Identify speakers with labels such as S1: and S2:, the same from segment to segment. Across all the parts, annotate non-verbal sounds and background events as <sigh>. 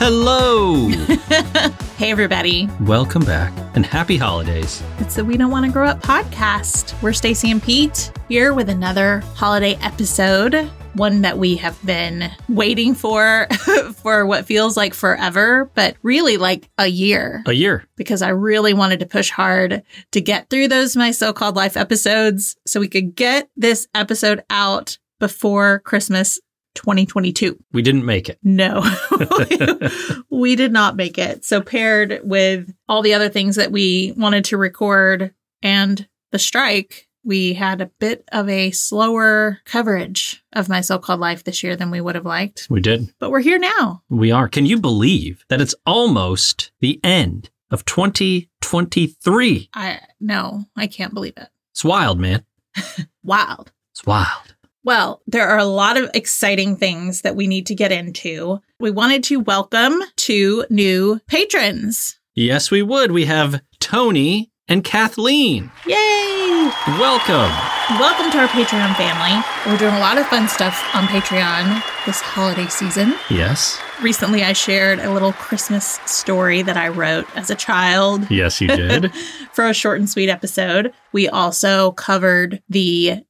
S1: Hello! <laughs>
S2: Hey, everybody.
S1: Welcome back and happy holidays.
S2: It's the We Don't Want to Grow Up podcast. We're Stacy and Pete here with another holiday episode, one that we have been waiting for <laughs> for what feels like forever, but really like a year
S1: A year.
S2: because I really wanted to push hard to get through those my so called life episodes so we could get this episode out before Christmas 2022.
S1: We didn't make it.
S2: No, <laughs> we did not make it. So, paired with all the other things that we wanted to record and the strike, we had a bit of a slower coverage of my so called life this year than we would have liked.
S1: We did.
S2: But we're here now.
S1: We are. Can you believe that it's almost the end of 2023?
S2: I, no, I can't believe it.
S1: It's wild, man.
S2: Wild.
S1: It's wild.
S2: Well, there are a lot of exciting things that we need to get into. We wanted to welcome two new patrons.
S1: Yes, we would. We have Tony and Kathleen.
S2: Yay!
S1: Welcome.
S2: Welcome to our Patreon family. We're doing a lot of fun stuff on Patreon this holiday season.
S1: Yes.
S2: Recently, I shared a little Christmas story that I wrote as a child
S1: Yes, you did.
S2: for a short and sweet episode. We also covered the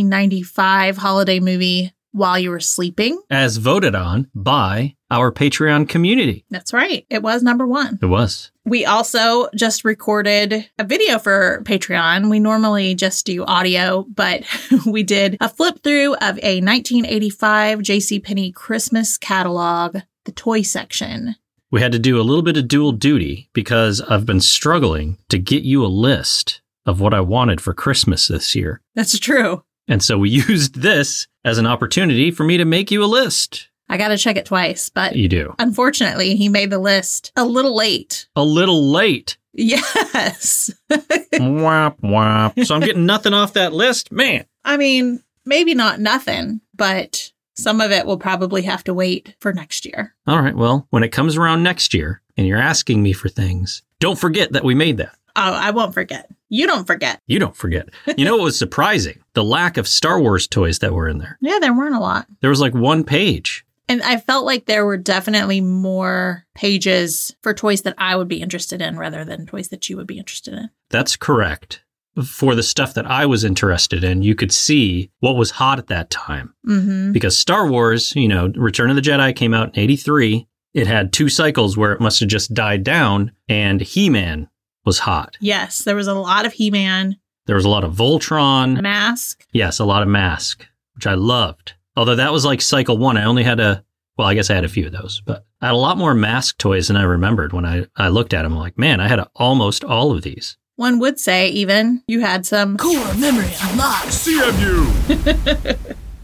S2: 1995 holiday movie While You Were Sleeping.
S1: <laughs> As voted on by our Patreon community.
S2: That's right, it was number one.
S1: It was.
S2: We also just recorded a video for Patreon. We normally just do audio, but <laughs> we did a flip through of a 1985 JCPenney Christmas catalog, the toy section.
S1: We had to do a little bit of dual duty because I've been struggling to get you a list of what I wanted for Christmas this year.
S2: That's true.
S1: And so we <laughs> used this as an opportunity for me to make you a list.
S2: I got to check it twice, but
S1: You do.
S2: unfortunately, he made the list a little late. <laughs>
S1: A little late.
S2: Yes.
S1: womp womp. So I'm getting nothing off that list. Man.
S2: I mean, maybe not nothing, but some of it will probably have to wait for next year.
S1: All right. Well, when it comes around next year and you're asking me for things, don't forget that we made that.
S2: Oh, I won't forget. You don't forget.
S1: You don't forget. You know what was surprising? The lack of Star Wars toys that were in there.
S2: Yeah, there weren't a lot.
S1: There was like one page.
S2: And I felt like there were definitely more pages for toys that I would be interested in rather than toys that you would be interested in.
S1: That's correct. For the stuff that I was interested in, you could see what was hot at that time.
S2: Mm-hmm.
S1: Because Star Wars, you know, Return of the Jedi came out in 83. It had two cycles where it must have just died down, and He Man was hot.
S2: Yes, there was a lot of He Man,
S1: There was a lot of Voltron.
S2: Mask.
S1: Yes, a lot of Mask, which I loved. Although that was like cycle one. I only had a, well, I guess I had a few of those, but I had a lot more Mask toys than I remembered when I, I looked at them. I'm like, man, I had almost all of these.
S2: One would say, even, you had some core memory unlocked.
S1: CMU!
S2: <laughs>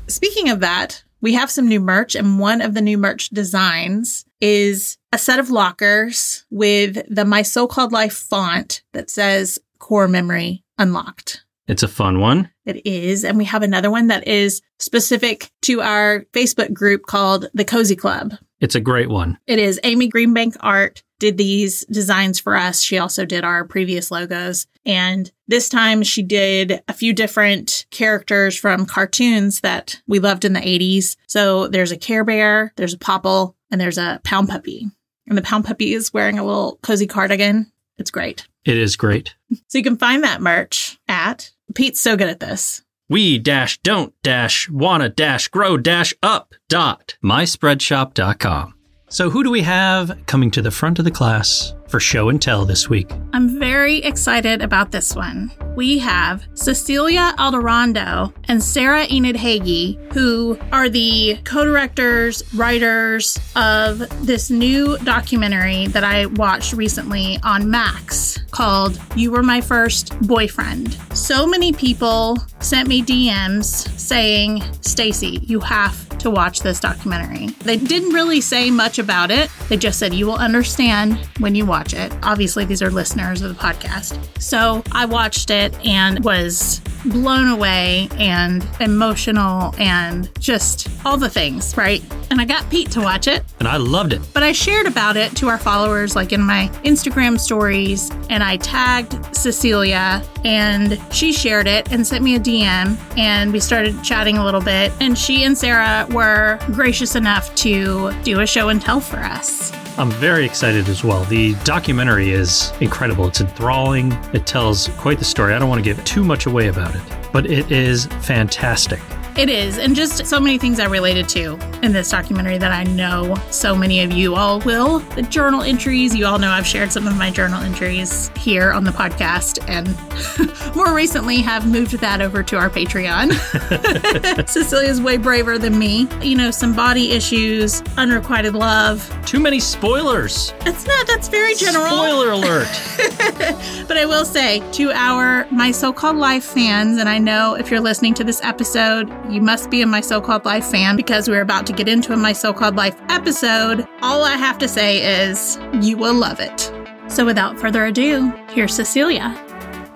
S2: Speaking of that, we have some new merch, and one of the new merch designs is a set of lockers with the My So Called Life font that says core memory unlocked.
S1: It's a fun one.
S2: It is. And we have another one that is specific to our Facebook group called The Cozy Club.
S1: It's a great one.
S2: It is Amy Greenbank Art did these designs for us. She also did our previous logos. And this time she did a few different characters from cartoons that we loved in the 80s. So there's a Care Bear, there's a Popple, and there's a Pound Puppy. And the Pound Puppy is wearing a little cozy cardigan. It's great.
S1: It is great.
S2: So you can find that merch at Pete's so good at this.
S1: we dash don't dash wanna dash grow dash up dot myspreadshop.com. So who do we have coming to the front of the class for show and tell this week?
S2: I'm very excited about this one. We have Cecilia Alderondo and Sarah Enid Hagee, who are the co directors, writers of this new documentary that I watched recently on Max called You Were My First Boyfriend. So many people sent me DMs saying, Stacy, you have to watch this documentary. They didn't really say much about it. They just said, you will understand when you watch it. Obviously, these are listeners of the podcast. So I watched it and was blown away and emotional and just all the things, right? And I got Pete to watch it,
S1: And I loved it.
S2: but I shared about it to our followers, like in my Instagram stories, and I tagged Cecilia, and she shared it and sent me a DM, and we started chatting a little bit. And she and Sarah were gracious enough to do a show and tell for us.
S1: I'm very excited as well. The documentary is incredible. It's enthralling. It tells quite the story. I don't want to give too much away about it, but it is fantastic.
S2: It is, and just so many things I related to in this documentary that I know so many of you all will. The journal entries, you all know I've shared some of my journal entries here on the podcast, and <laughs> more recently have moved that over to our Patreon. <laughs> Cecilia's way braver than me. You know, some body issues, unrequited love.
S1: Too many spoilers.
S2: That's not, that's very general.
S1: Spoiler alert.
S2: But I will say to our My So Called Life fans, and I know if you're listening to this episode, you must be a My So Called Life fan because we're about to get into a My So Called Life episode. All I have to say is you will love it. So without further ado, here's Cecilia.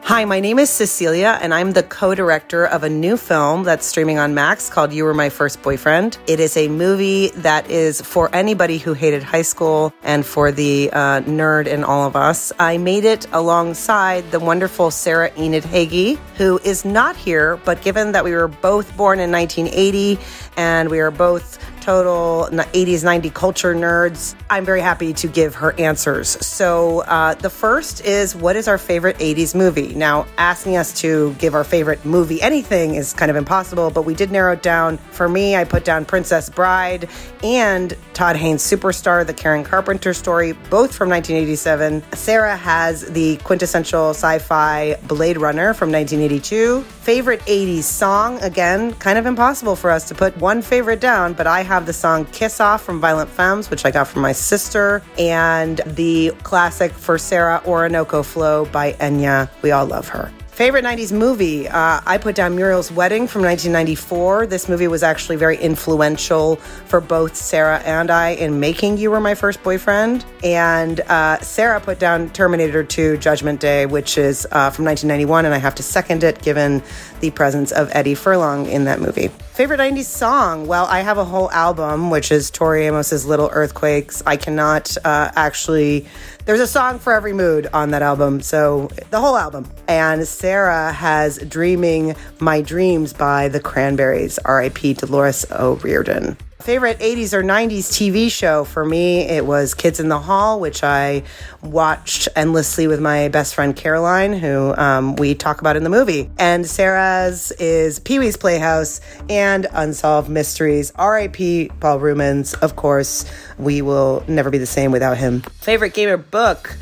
S3: Hi, my name is Cecilia, and I'm the co director of a new film that's streaming on Max called You Were My First Boyfriend. It is a movie that is for anybody who hated high school and for the uh, nerd in all of us. I made it alongside the wonderful Sarah Enid Hagee, who is not here, but given that we were both born in 1980 and we are both total n- 80s 90 culture nerds i'm very happy to give her answers so uh, the first is what is our favorite 80s movie now asking us to give our favorite movie anything is kind of impossible but we did narrow it down for me i put down princess bride and todd haynes superstar the karen carpenter story both from 1987 sarah has the quintessential sci-fi blade runner from 1982 favorite 80s song again kind of impossible for us to put one favorite down but i have the song kiss off from violent femmes which i got from my sister and the classic for sarah orinoco flow by enya we all love her Favorite 90s movie? Uh, I put down Muriel's Wedding from 1994. This movie was actually very influential for both Sarah and I in making You Were My First Boyfriend. And uh, Sarah put down Terminator 2 Judgment Day, which is uh, from 1991. And I have to second it given the presence of Eddie Furlong in that movie. Favorite 90s song? Well, I have a whole album, which is Tori Amos's Little Earthquakes. I cannot uh, actually. There's a song for every mood on that album, so the whole album. And Sarah has Dreaming My Dreams by the Cranberries, RIP Dolores O'Riordan. Favorite 80s or 90s TV show for me, it was Kids in the Hall, which I watched endlessly with my best friend Caroline, who um, we talk about in the movie. And Sarah's is Pee Wee's Playhouse and Unsolved Mysteries. R.I.P. Paul Rumens, of course. We will never be the same without him. Favorite game or book?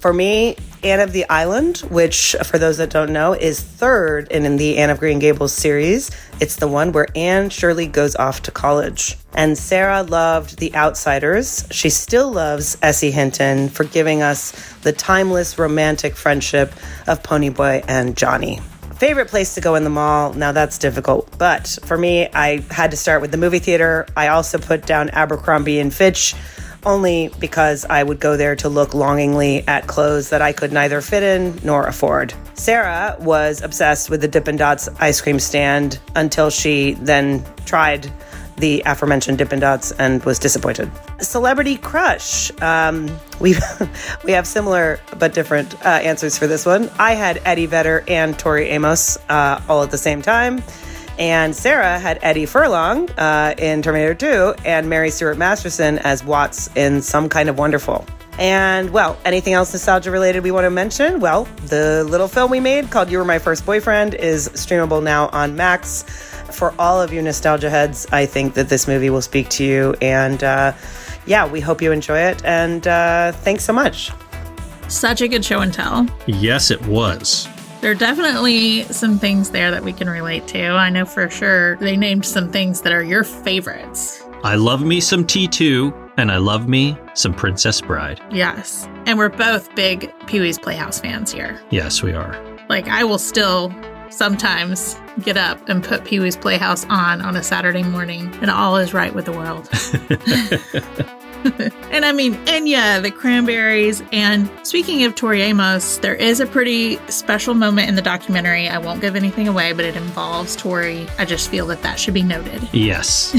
S3: For me, Anne of the Island, which for those that don't know is third in, in the Anne of Green Gables series. It's the one where Anne Shirley goes off to college. And Sarah loved The Outsiders. She still loves Essie Hinton for giving us the timeless romantic friendship of Ponyboy and Johnny. Favorite place to go in the mall? Now that's difficult, but for me, I had to start with the movie theater. I also put down Abercrombie and Fitch only because I would go there to look longingly at clothes that I could neither fit in nor afford. Sarah was obsessed with the Dippin' Dots ice cream stand until she then tried the aforementioned Dippin' Dots and was disappointed. Celebrity crush. Um, <laughs> we we have similar but different uh, answers for this one. I had Eddie Vedder and Tori Amos uh, all at the same time. And Sarah had Eddie Furlong uh, in Terminator 2 and Mary Stuart Masterson as Watts in Some Kind of Wonderful. And well, anything else nostalgia related we want to mention? Well, the little film we made called You Were My First Boyfriend is streamable now on Max. For all of you nostalgia heads, I think that this movie will speak to you. And uh, yeah, we hope you enjoy it. And uh, thanks so much.
S2: Such a good show and tell.
S1: <laughs> Yes, it was.
S2: There are definitely some things there that we can relate to. I know for sure they named some things that are your favorites.
S1: I love me some T2, and I love me some Princess Bride.
S2: Yes. And we're both big Pee Wee's Playhouse fans here.
S1: Yes, we are.
S2: Like, I will still sometimes get up and put Pee Wee's Playhouse on on a Saturday morning, and all is right with the world. and I mean Enya, the Cranberries, and speaking of Tori Amos, there is a pretty special moment in the documentary. I won't give anything away, but it involves Tori. I just feel that that should be noted.
S1: Yes.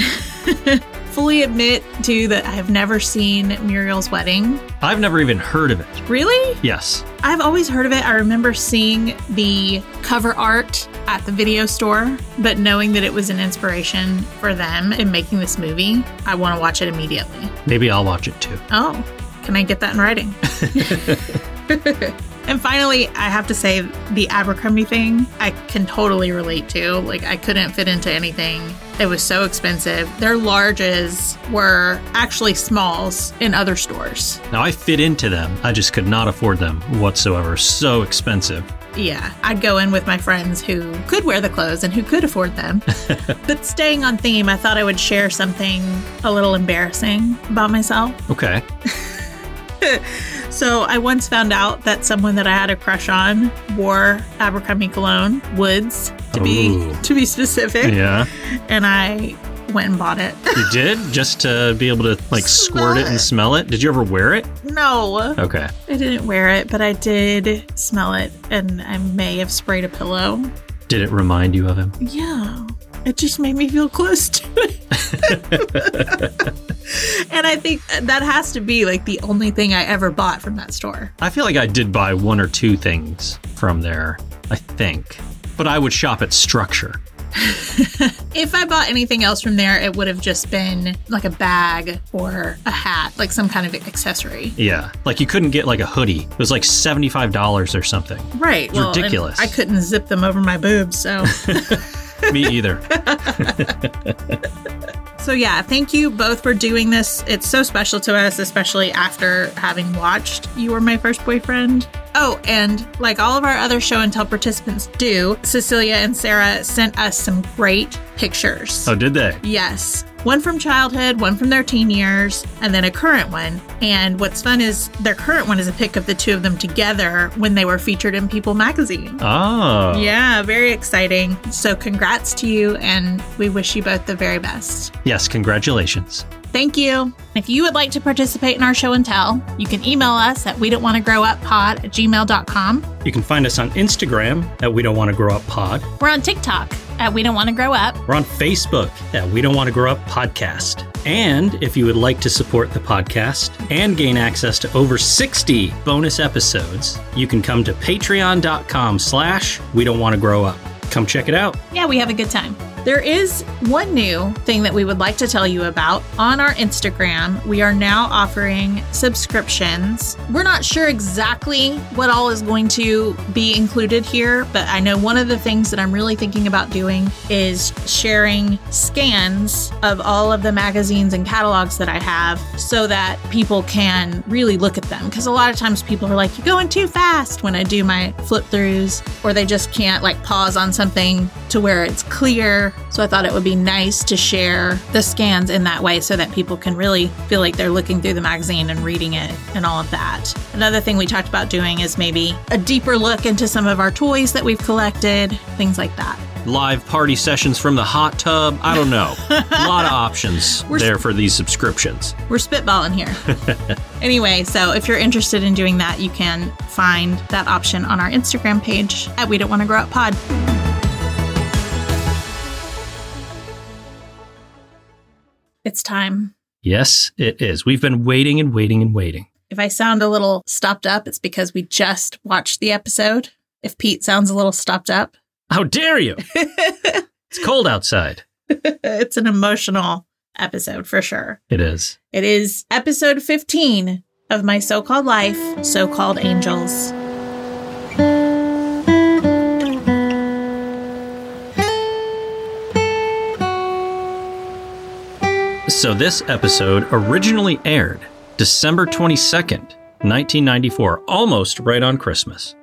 S2: Fully admit too that I have never seen Muriel's wedding.
S1: I've never even heard of it.
S2: Really?
S1: Yes.
S2: I've always heard of it. I remember seeing the cover art at the video store, but knowing that it was an inspiration for them in making this movie, I want to watch it immediately.
S1: Maybe I'll watch it too.
S2: Oh, can I get that in writing? and finally, I have to say the Abercrombie thing, I can totally relate to. Like, I couldn't fit into anything. It was so expensive. Their larges were actually smalls in other stores.
S1: Now I fit into them. I just could not afford them whatsoever. So expensive.
S2: Yeah, I'd go in with my friends who could wear the clothes and who could
S1: <laughs>
S2: afford them. but staying on theme, I thought I would share something a little embarrassing about myself.
S1: <laughs> Okay.
S2: So I once found out that someone that I had a crush on wore Abercrombie cologne, Woods, to be
S1: Ooh.
S2: to be specific,
S1: Yeah.
S2: and I went and bought it. <laughs>
S1: You did just to be able to like squirt it and smell it. Did you ever wear it?
S2: no,
S1: Okay.
S2: I didn't wear it, but I did smell it, and I may have sprayed a pillow.
S1: Did it remind you of him?
S2: Yeah. It just made me feel close to it. <laughs> and I think that has to be like the only thing I ever bought from that store.
S1: I feel like I did buy one or two things from there. I think, but I would shop at Structure.
S2: If I bought anything else from there, it would have just been like a bag or a hat, like some kind of accessory.
S1: Yeah. Like you couldn't get like a hoodie. It was like seventy five dollars or something.
S2: Right. well, and
S1: ridiculous.
S2: I couldn't zip them over my boobs, so
S1: Me <laughs> either.
S2: so yeah, thank you both for doing this. It's so special to us, especially after having watched You Were My First Boyfriend. Oh, and like all of our other show and tell participants do, Cecilia and Sarah sent us some great pictures.
S1: oh, did they?
S2: Yes. One from childhood, one from their teen years, and then a current one. And what's fun is their current one is a pic of the two of them together when they were featured in People magazine.
S1: Oh.
S2: Yeah, very exciting. So, congrats to you, and we wish you both the very best.
S1: Yes. Congratulations.
S2: Thank you. If you would like to participate in our show and tell, you can email us at we don't want to grow up pod at gmail.com.
S4: You can find us on Instagram at We Don't Want to Grow Up Pod.
S2: We're on TikTok at we don't want to grow up.
S4: We're on Facebook at We Don't Want to Grow Up Podcast. And if you would like to support the podcast and gain access to over 60 bonus episodes, you can come to patreon.com slash we don't want to grow up. Come check it out.
S2: Yeah, we have a good time. There is one new thing that we would like to tell you about. On our Instagram, we are now offering subscriptions. We're not sure exactly what all is going to be included here, but I know one of the things that I'm really thinking about doing is sharing scans of all of the magazines and catalogs that I have so that people can really look at them. Because a lot of times people are like, you're going too fast when I do my flip throughs, or they just can't like pause on something to where it's clear. So I thought it would be nice to share the scans in that way so that people can really feel like they're looking through the magazine and reading it and all of that. Another thing we talked about doing is maybe a deeper look into some of our toys that we've collected, things like that.
S1: Live party sessions from the hot tub. I
S4: <laughs>
S1: don't know. a lot of options
S2: We're-
S1: there for these subscriptions.
S2: We're spitballing here. anyway, so if you're interested in doing that, you can find that option on our Instagram page at We Don't Want to Grow Up Pod. It's time.
S1: Yes, it is. We've been waiting and waiting and waiting.
S2: If I sound a little stopped up, it's because we just watched the episode. If Pete sounds a little stopped up, <laughs>
S1: How dare <laughs> you? it's cold outside.
S2: it's an emotional episode for sure.
S1: It is.
S2: It is episode 15 of My So Called Life, So Called Angels.
S1: So this episode originally aired December 22nd, 1994, almost right on Christmas.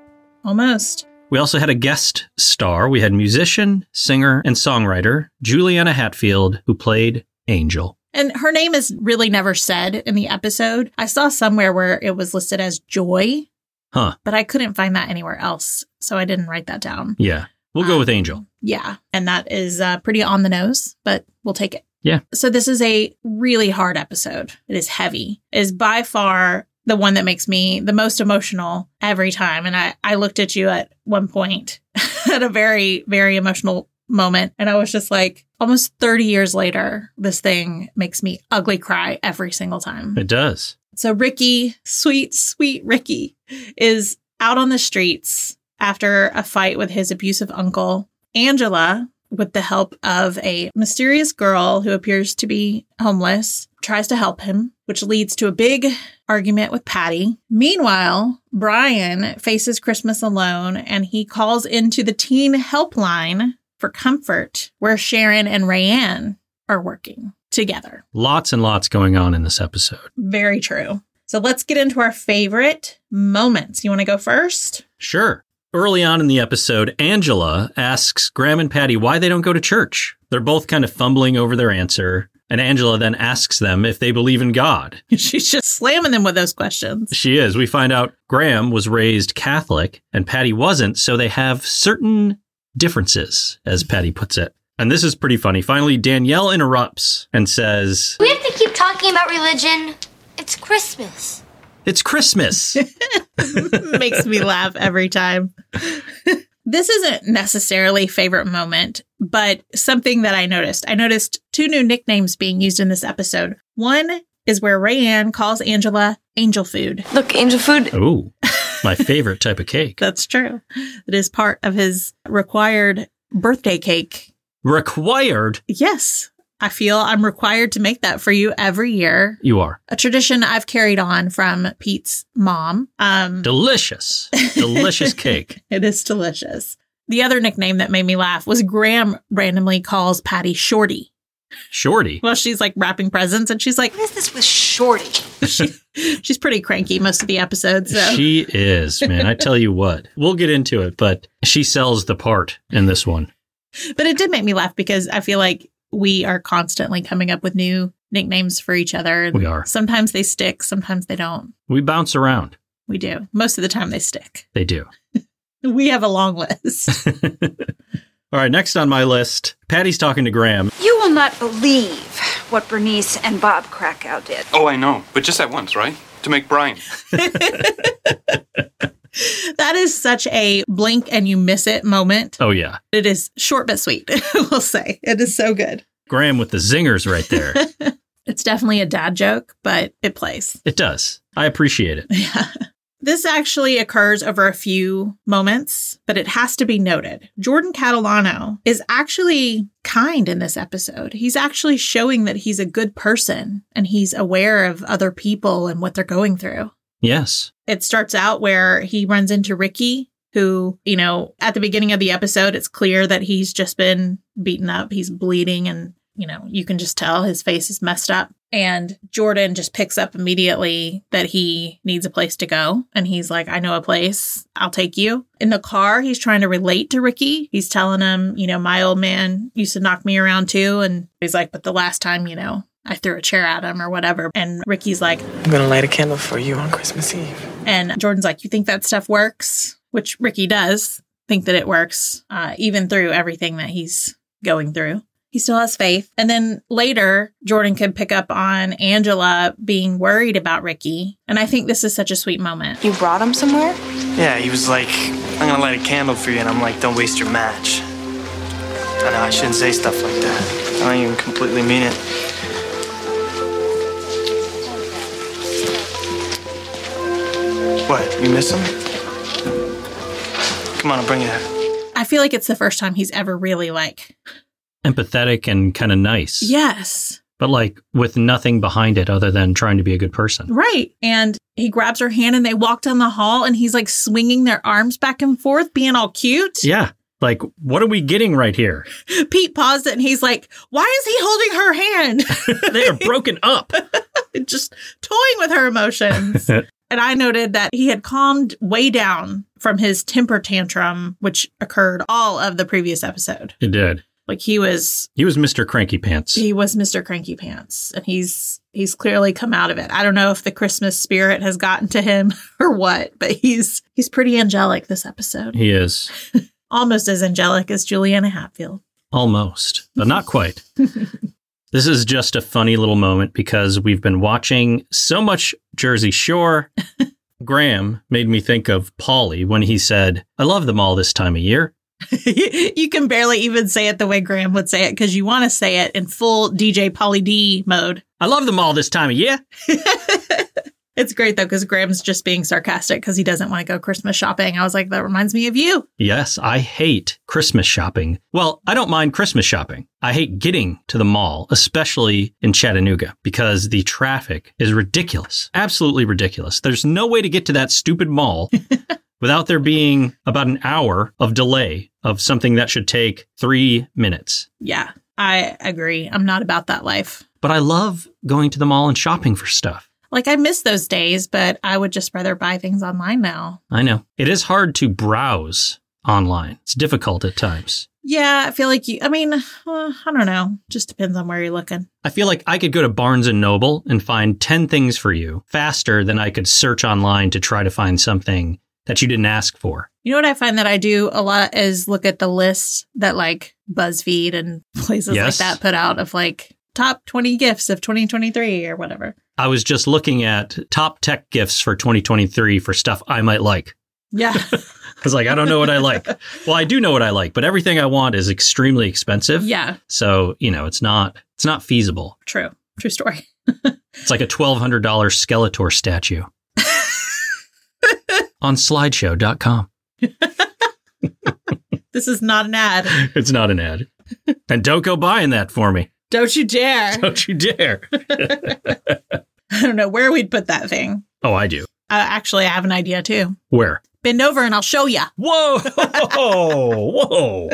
S2: Almost.
S1: We also had a guest star. We had musician, singer, and songwriter Juliana Hatfield, who played Angel.
S2: And her name is really never said in the episode. I saw somewhere where it was listed as Joy.
S1: Huh.
S2: But I couldn't find that anywhere else. So I didn't write that down.
S1: Yeah, we'll go with Angel.
S2: Yeah. And that is uh, pretty on the nose, but we'll take it.
S1: Yeah.
S2: So this is a really hard episode. It is heavy. It is by far the one that makes me the most emotional every time. And I, I looked at you at one point <laughs> at a very, very emotional moment. And I was just like, almost 30 years later, this thing makes me ugly cry every single time.
S1: It does.
S2: So Ricky, sweet, sweet Ricky, is out on the streets after a fight with his abusive uncle. Angela, with the help of a mysterious girl who appears to be homeless, tries to help him, which leads to a big argument with Patty. Meanwhile, Brian faces Christmas alone and he calls into the teen helpline for comfort, where Sharon and Rayanne are working together.
S1: Lots and lots going on in this episode.
S2: Very true. So let's get into our favorite moments. You want to go first?
S1: Sure. Early on in the episode, Angela asks Graham and Patty why they don't go to church. They're both kind of fumbling over their answer, and Angela then asks them if they believe in God.
S2: <laughs> She's just slamming them with those <laughs> questions.
S1: She is. We find out Graham was raised Catholic and Patty wasn't, so they have certain differences, as Patty puts it. And this is pretty funny. Finally, Danielle interrupts and says,
S5: We have to keep talking about religion. It's Christmas.
S1: It's Christmas.
S2: Makes me laugh every time. this isn't necessarily favorite moment, but something that I noticed. I noticed two new nicknames being used in this episode. One is where Rayanne calls Angela angel food.
S5: Look, angel food.
S1: Ooh, my favorite type of cake.
S2: <laughs> That's true. It is part of his required birthday cake
S1: Required,
S2: Yes, I feel I'm required to make that for you every year.
S1: you are.
S2: A tradition I've carried on from Pete's mom. Um,
S1: Delicious, delicious cake.
S2: it is delicious. The other nickname that made me laugh was Graham randomly calls Patty Shorty.
S1: Shorty.
S2: Well, she's like wrapping presents and she's like,
S5: What is this with Shorty?
S2: she's pretty cranky most of the episodes. <laughs> So.
S1: She is, man. I tell you what, we'll get into it, but she sells the part in this one.
S2: but it did make me laugh because I feel like we are constantly coming up with new nicknames for each other.
S1: We are.
S2: Sometimes they stick, sometimes they don't.
S1: We bounce around.
S2: We do. Most of the time they stick.
S1: They do.
S2: We have a long list. <laughs>
S1: All right, next on my list, Patty's talking to Graham.
S6: You will not believe what Bernice and Bob Krakow did.
S7: Oh, I know, but just at once, right? To make brine.
S2: That is such a blink and you miss it moment.
S1: Oh, yeah.
S2: It is short but sweet, <laughs> we'll say. It is so good.
S1: Graham with the zingers right there.
S2: It's definitely a dad joke, but it plays.
S1: it does. I appreciate it.
S2: Yeah. This actually occurs over a few moments, but it has to be noted. Jordan Catalano is actually kind in this episode. He's actually showing that he's a good person and he's aware of other people and what they're going through.
S1: Yes.
S2: it starts out where he runs into Ricky, who, you know, at the beginning of the episode, it's clear that he's just been beaten up. He's bleeding, and, you know, you can just tell his face is messed up. And Jordan just picks up immediately that he needs a place to go. And he's like, I know a place. I'll take you. In the car, he's trying to relate to Ricky. He's telling him, you know, my old man used to knock me around too. And he's like, but the last time, you know, I threw a chair at him or whatever. And Ricky's like,
S8: I'm gonna light a candle for you on Christmas Eve.
S2: and Jordan's like, You think that stuff works? Which Ricky does think that it works, uh, even through everything that he's going through. He still has faith. And then later, Jordan could pick up on Angela being worried about Ricky. And I think this is such a sweet moment.
S5: You brought him somewhere?
S8: Yeah, he was like, I'm gonna light a candle for you, and I'm like, don't waste your match. I know I shouldn't say stuff like that. I don't even completely mean it. What? You miss him? Come on, I'll bring you that.
S2: I feel like it's the first time he's ever really like,
S1: Empathetic and kind of nice.
S2: Yes,
S1: But like with nothing behind it other than trying to be a good person.
S2: right. And he grabs her hand and they walk down the hall and he's like swinging their arms back and forth, being all cute.
S1: Yeah. Like, what are we getting right here?
S2: Pete paused it and he's like, Why is he holding her hand?
S1: They are broken up.
S2: just toying with her emotions. and I noted that he had calmed way down from his temper tantrum, which occurred all of the previous episode.
S1: It did.
S2: Like he was
S1: He was Mr. Cranky Pants.
S2: he was Mr. Cranky Pants and he's he's clearly come out of it. I don't know if the Christmas spirit has gotten to him <laughs> or what, but he's he's pretty angelic this episode.
S1: He is.
S2: Almost as angelic as Juliana Hatfield. <laughs>
S1: Almost, but not quite. This is just a funny little moment because we've been watching so much Jersey Shore. Graham made me think of Polly when he said, I love them all this time of year.
S2: you can barely even say it the way Graham would say it because you want to say it in full DJ Poly D mode.
S1: I love them all this time of year.
S2: It's great though because Graham's just being sarcastic because he doesn't want to go Christmas shopping. I was like, that reminds me of you.
S1: Yes, I hate Christmas shopping. Well, I don't mind Christmas shopping. I hate getting to the mall, especially in Chattanooga, because the traffic is ridiculous. Absolutely ridiculous. There's no way to get to that stupid mall without there being about an hour of delay of something that should take three minutes.
S2: Yeah, I agree. I'm not about that life.
S1: But I love going to the mall and shopping for stuff.
S2: Like I miss those days, but I would just rather buy things online now.
S1: I know. It is hard to browse online, it's difficult at times.
S2: Yeah, I feel like you. I mean, uh, I don't know. Just depends on where you're looking.
S1: I feel like I could go to Barnes and Noble and find 10 things for you faster than I could search online to try to find something that you didn't ask for.
S2: You know what I find that I do a lot is look at the list that like BuzzFeed and <laughs> places
S1: Yes.
S2: like that put out of like top 20 gifts of 2023 or whatever.
S1: I was just looking at top tech gifts for 2023 for stuff I might like.
S2: Yeah.
S1: I was like, I don't know what I <laughs> like. well, I do know what I like, but everything I want is extremely expensive.
S2: yeah.
S1: So, you know, it's not it's not feasible.
S2: True. True story.
S1: It's like a $1200 Skeletor <laughs> statue. on slideshow.com.
S2: This is not an ad.
S1: It's not an ad. And don't go buying that for me.
S2: Don't you <laughs> dare.
S1: Don't you dare.
S2: I don't know where we'd put that thing.
S1: Oh, I do.
S2: Uh, actually, I have an idea too.
S1: Where?
S2: Bend over and I'll show ya.
S1: <laughs> Whoa, whoa,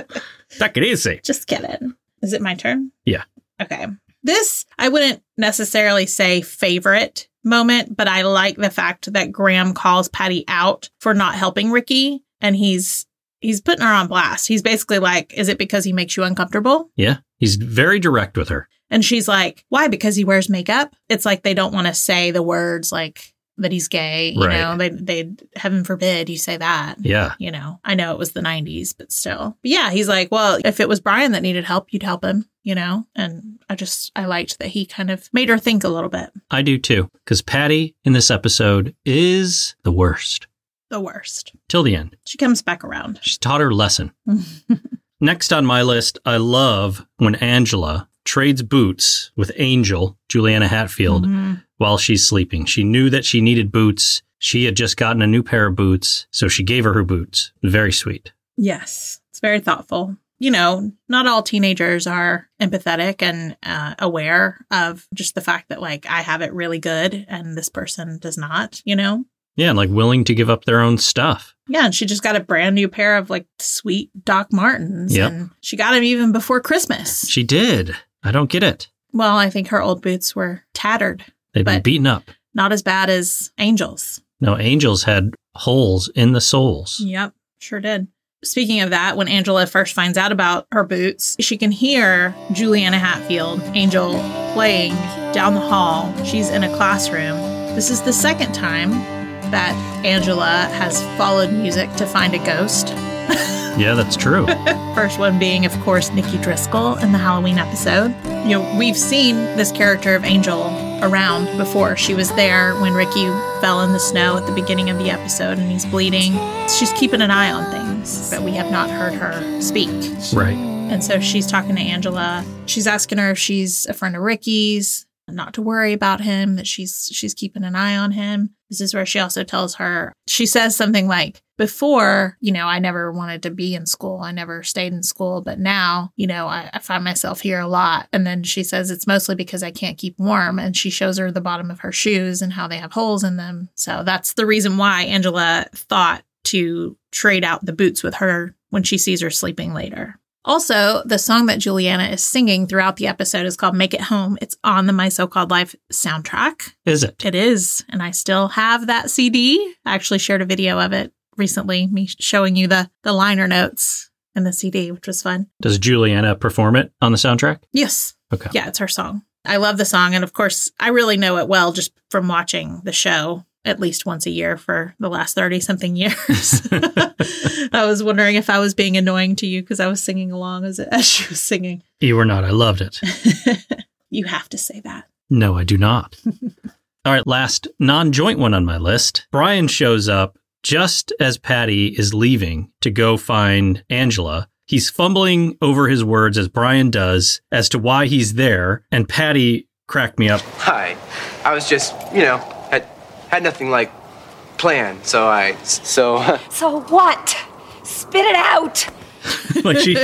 S1: take it easy.
S2: Just kidding. Is it my turn?
S1: Yeah.
S2: Okay. This, I wouldn't necessarily say favorite moment, but I like the fact that Graham calls Patty out for not helping Ricky and he's he's putting her on blast. He's basically like, is it because he makes you uncomfortable?
S1: Yeah, he's very direct with her.
S2: And she's like, why? Because he wears makeup? It's like they don't want to say the words like that he's gay, you
S1: Right.
S2: know. They they heaven forbid you say that
S1: Yeah,
S2: you know, I know it was the 90s, but still. But yeah, he's like, well, if it was Brian that needed help, you'd help him, you know? And I just, I liked that he kind of made her think a little bit.
S1: I do too. Because Patty in this episode is the worst
S2: The worst.
S1: till the end.
S2: She comes back around.
S1: She's taught her lesson. Next on my list, I love when Angela trades boots with Angel, Juliana Hatfield,
S2: Mhm.
S1: while she's sleeping. She knew that she needed boots. She had just gotten a new pair of boots, so she gave her her boots. Very sweet.
S2: Yes. It's very thoughtful. You know, not all teenagers are empathetic and uh, aware of just the fact that, like, I have it really good and this person does not, you know?
S1: Yeah, and like willing to give up their own stuff.
S2: Yeah, and she just got a brand new pair of like sweet Doc Martens.
S1: Yep.
S2: And she got them even before Christmas.
S1: She did. I don't get it.
S2: Well, I think her old boots were tattered,
S1: They've been
S2: But-
S1: beaten up.
S2: not as bad as Angel's.
S1: No, angels had holes in the soles.
S2: Yep, sure did. Speaking of that, when Angela first finds out about her boots, she can hear Juliana Hatfield, Angel, playing down the hall. She's in a classroom. This is the second time that Angela has followed music to find a ghost.
S1: Yeah, that's
S2: <laughs>
S1: true.
S2: First one being, of course, Nikki Driscoll in the Halloween episode. You know, we've seen this character of Angel around before. She was there when Ricky fell in the snow at the beginning of the episode and he's bleeding. She's keeping an eye on things, but we have not heard her speak.
S1: right.
S2: And so she's talking to Angela. She's asking her if she's a friend of Ricky's, not to worry about him, that she's she's keeping an eye on him. This is where she also tells her she says something like, Before, you know, I never wanted to be in school. I never stayed in school, but now, you know, I, I find myself here a lot. And then she says it's mostly because I can't keep warm. And she shows her the bottom of her shoes and how they have holes in them. So that's the reason why Angela thought to trade out the boots with her when she sees her sleeping later. Also, the song that Juliana is singing throughout the episode is called Make It Home. It's on the My So Called Life soundtrack.
S1: Is it?
S2: It is, and I still have that CD. I actually shared a video of it recently, me showing you the, the liner notes and the CD, which was fun.
S1: Does Juliana perform it on the soundtrack?
S2: Yes.
S1: Okay.
S2: Yeah, it's her song. I love the song. And of course, I really know it well just from watching the show at least once a year for the last 30 something <laughs> years. I was wondering if I was being <laughs> annoying to you because I was singing along as, as she was singing. <laughs>
S1: You were not. I loved it.
S2: You have to say that.
S1: No, I do not.
S2: <laughs>
S1: All right, last non joint one on my list. Brian shows up just as Patty is leaving to go find Angela. He's fumbling over his words as Brian does as to why he's there, and Patty cracked me up.
S9: Hi. I was just, you know, had, had nothing like planned, so I. So.
S6: So what? Spit it out!
S1: <laughs> like she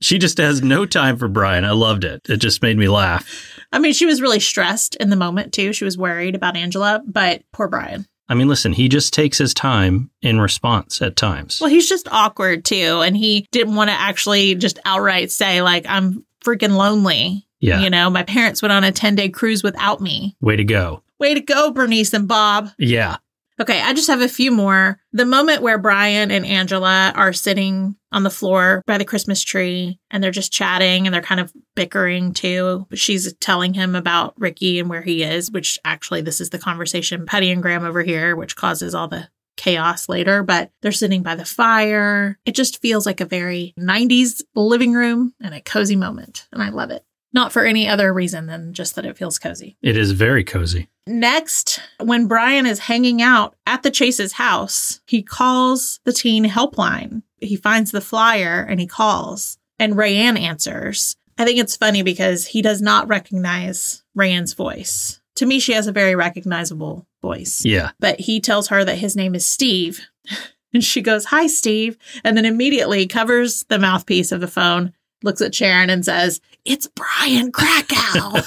S1: she just has no time for Brian. I loved it. It just made me laugh.
S2: I mean, she was really stressed in the moment too. She was worried about Angela, but poor Brian.
S1: I mean, listen, he just takes his time in response at times.
S2: Well, he's just awkward too, and he didn't want to actually just outright say like I'm freaking lonely.
S1: Yeah.
S2: You know, my parents went on a 10-day cruise without me.
S1: Way to go.
S2: Way to go, Bernice and Bob.
S1: Yeah.
S2: Okay, I just have a few more. The moment where Brian and Angela are sitting on the floor by the Christmas tree and they're just chatting and they're kind of bickering too. She's telling him about Ricky and where he is, which actually, this is the conversation Patty and Graham overhear, which causes all the chaos later. But they're sitting by the fire. It just feels like a very 90s living room and a cozy moment. And I love it. Not for any other reason than just that it feels cozy.
S1: It is very cozy.
S2: Next, when Brian is hanging out at the Chase's house, he calls the teen helpline. He finds the flyer and he calls, and Rayanne answers. I think it's funny because he does not recognize Rayanne's voice. To me, she has a very recognizable voice,
S1: Yeah.
S2: but he tells her that his name is Steve. <laughs> And she goes, Hi, Steve. And then immediately covers the mouthpiece of the phone, looks at Sharon and says, It's Brian Krakow.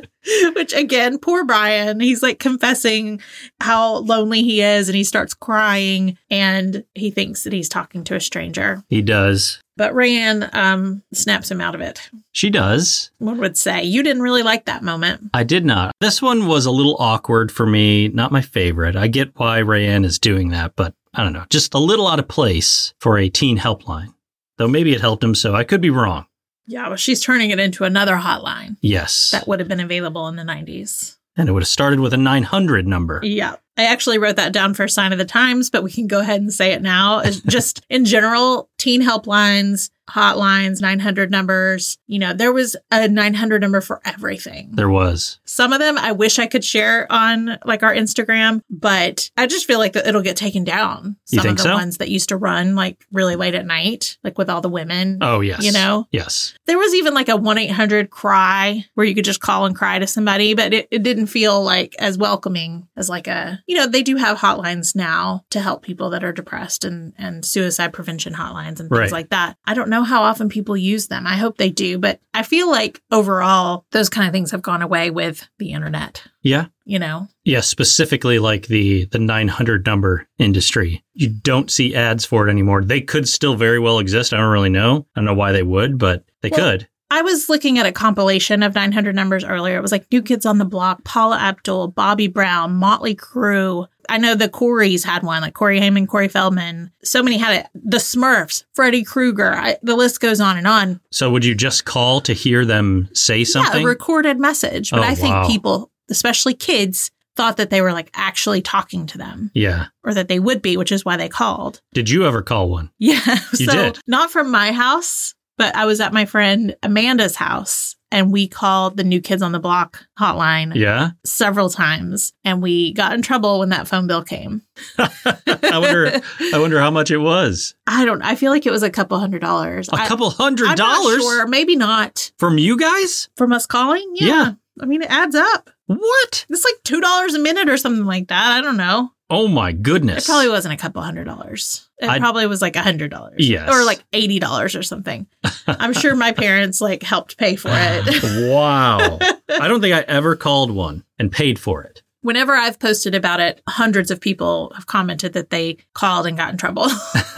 S2: <laughs> Which again, poor Brian. He's like confessing how lonely he is and he starts crying and he thinks that he's talking to a stranger.
S1: He does.
S2: But Rayanne um, snaps him out of it.
S1: She does.
S2: One would say, You didn't really like that moment.
S1: I did not. This one was a little awkward for me. Not my favorite. I get why Rayanne is doing that, but I don't know. Just a little out of place for a teen helpline. Though maybe it helped him, so I could be wrong.
S2: Yeah, well, she's turning it into another hotline
S1: Yes.
S2: that would have been available in the 90s.
S1: and it would have started with a 900 number.
S2: Yeah. I actually wrote that down for Sign of the Times, but we can go ahead and say it now. It's <laughs> just in general, teen helplines, hotlines, 900 numbers, you know, there was a 900 number for everything.
S1: There was.
S2: Some of them I wish I could share on like our Instagram, but I just feel like that it'll get taken down.
S1: You
S2: Some
S1: think
S2: of the
S1: so?
S2: ones that used to run like really late at night, like with all the women.
S1: Oh, yes.
S2: You know?
S1: Yes.
S2: There was even like a 1 800 cry where you could just call and cry to somebody, but it, it didn't feel like as welcoming as like a, you know, they do have hotlines now to help people that are depressed and, and suicide prevention hotlines and things
S1: Right.
S2: like that. I don't know how often people use them. I hope they do, but I feel like overall, those kind of things have gone away with the internet,
S1: Yeah.
S2: you know?
S1: Yeah, specifically like the the 900 number industry. You don't see ads for it anymore. They could still very well exist. I don't really know. I don't know why they would, but they
S2: Well,
S1: could.
S2: I was looking at a compilation of 900 numbers earlier. It was like New Kids on the Block, Paula Abdul, Bobby Brown, Motley Crue. I know the Coreys had one, like Corey Heyman, Corey Feldman. So many had it. The Smurfs, Freddy Krueger. I, the list goes on and on.
S1: So would you just call to hear them say something?
S2: Yeah, a recorded message. But
S1: Oh,
S2: I think
S1: wow.
S2: people, especially kids, thought that they were like actually talking to them
S1: yeah.
S2: or that they would be, which is why they called. <laughs>
S1: Did you ever call one?
S2: Yeah.
S1: You
S2: so
S1: did.
S2: not from my house, but I was at my friend Amanda's house and we called the New Kids on the Block hotline
S1: Yeah.
S2: <laughs> several times and we got in trouble when that phone bill came.
S1: I wonder. I wonder how much it was.
S2: I don't I feel like it was a couple hundred dollars.
S1: A
S2: I-
S1: couple hundred
S2: I'm not
S1: dollars
S2: sure, maybe not
S1: from you guys?
S2: from us calling. Yeah.
S1: Yeah.
S2: I mean it adds up.
S1: What?
S2: It's like two dollars a minute or something like that. I don't know.
S1: Oh my goodness!
S2: It probably wasn't a couple hundred dollars. It
S1: I-
S2: probably was like a hundred dollars.
S1: Yes.
S2: Or like eighty dollars or something. I'm
S1: <laughs>
S2: sure my parents like helped pay for it. <laughs>
S1: wow. I don't think I ever called one and paid for it.
S2: Whenever I've posted about it, hundreds of people have commented that they called and got in trouble. <laughs>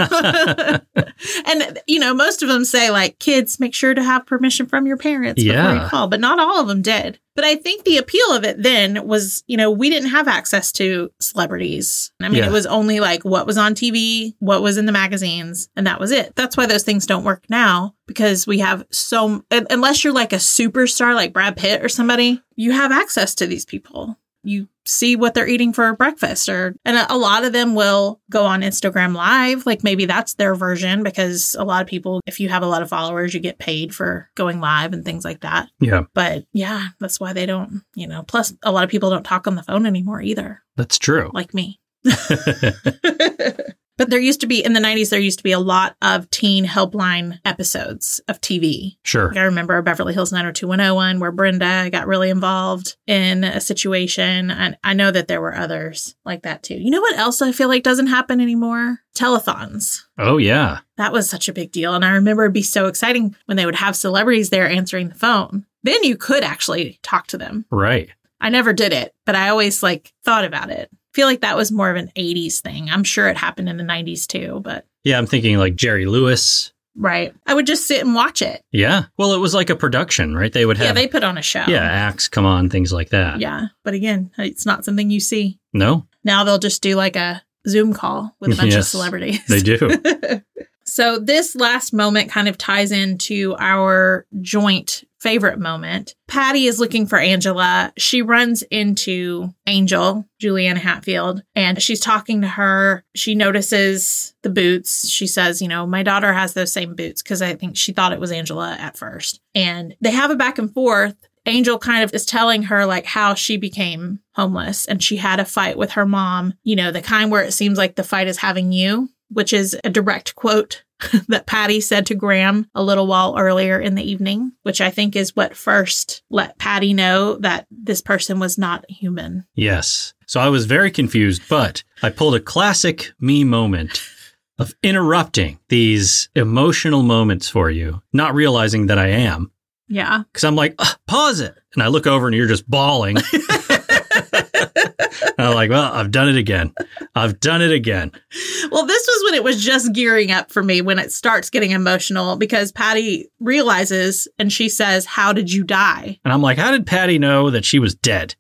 S2: and, you know, most of them say, like, kids, make sure to have permission from your parents before
S1: Yeah.
S2: you call, but not all of them did. But I think the appeal of it then was, you know, we didn't have access to celebrities. I mean,
S1: Yeah.
S2: it was only like what was on TV, what was in the magazines, and that was it. That's why those things don't work now because we have so, un- unless you're like a superstar like Brad Pitt or somebody, you have access to these people. you see what they're eating for breakfast or and a- a lot of them will go on Instagram live like maybe that's their version because a lot of people if you have a lot of followers you get paid for going live and things like that
S1: Yeah.
S2: but yeah that's why they don't you know plus a lot of people don't talk on the phone anymore either
S1: That's true.
S2: like me <laughs> but there used to be in the 90s there used to be a lot of teen helpline episodes of TV
S1: sure.
S2: like, I remember a Beverly Hills 90210 where Brenda got really involved in a situation. And I know that there were others like that too. You know what else I feel like doesn't happen anymore? Telethons.
S1: Oh yeah.
S2: That was such a big deal. And I remember it'd be so exciting when they would have celebrities there answering the phone. Then you could actually talk to them.
S1: Right.
S2: I never did it, but I always like thought about it. feel like that was more of an 80s thing. I'm sure it happened in the 90s too, but
S1: Yeah, I'm thinking like Jerry Lewis.
S2: right. I would just sit and watch it.
S1: Yeah. Well, it was like a production, right? They would
S2: Yeah,
S1: have
S2: they put on a show.
S1: yeah, acts come on, things like that.
S2: Yeah. But again, it's not something you see.
S1: No,
S2: Now they'll just do like a Zoom call with a bunch of
S1: Yes,
S2: celebrities.
S1: <laughs> they do.
S2: so this last moment kind of ties into our joint favorite moment. Patty is looking for Angela. She runs into Angel, Juliana Hatfield, and she's talking to her. She notices the boots. She says, you know, my daughter has those same boots because I think she thought it was Angela at first. And they have a back and forth. Angel kind of is telling her like how she became homeless and she had a fight with her mom, you know, the kind where it seems like the fight is having you, which is a direct quote <laughs> that Patty said to Graham a little while earlier in the evening, which I think is what first let Patty know that this person was not human.
S1: Yes. So I was very confused, but I pulled a classic me moment of interrupting these emotional moments for you, not realizing that I am.
S2: Yeah.
S1: Cause I'm like, "Ugh, pause it. And I look over and you're just
S2: <laughs>
S1: bawling. I'm like, well, I've done it again. I've done it again.
S2: Well, this was when it was just gearing up for me when it starts getting emotional because Patty realizes and she says, How did you die? <laughs>
S1: And I'm like, how did Patty know that she was dead?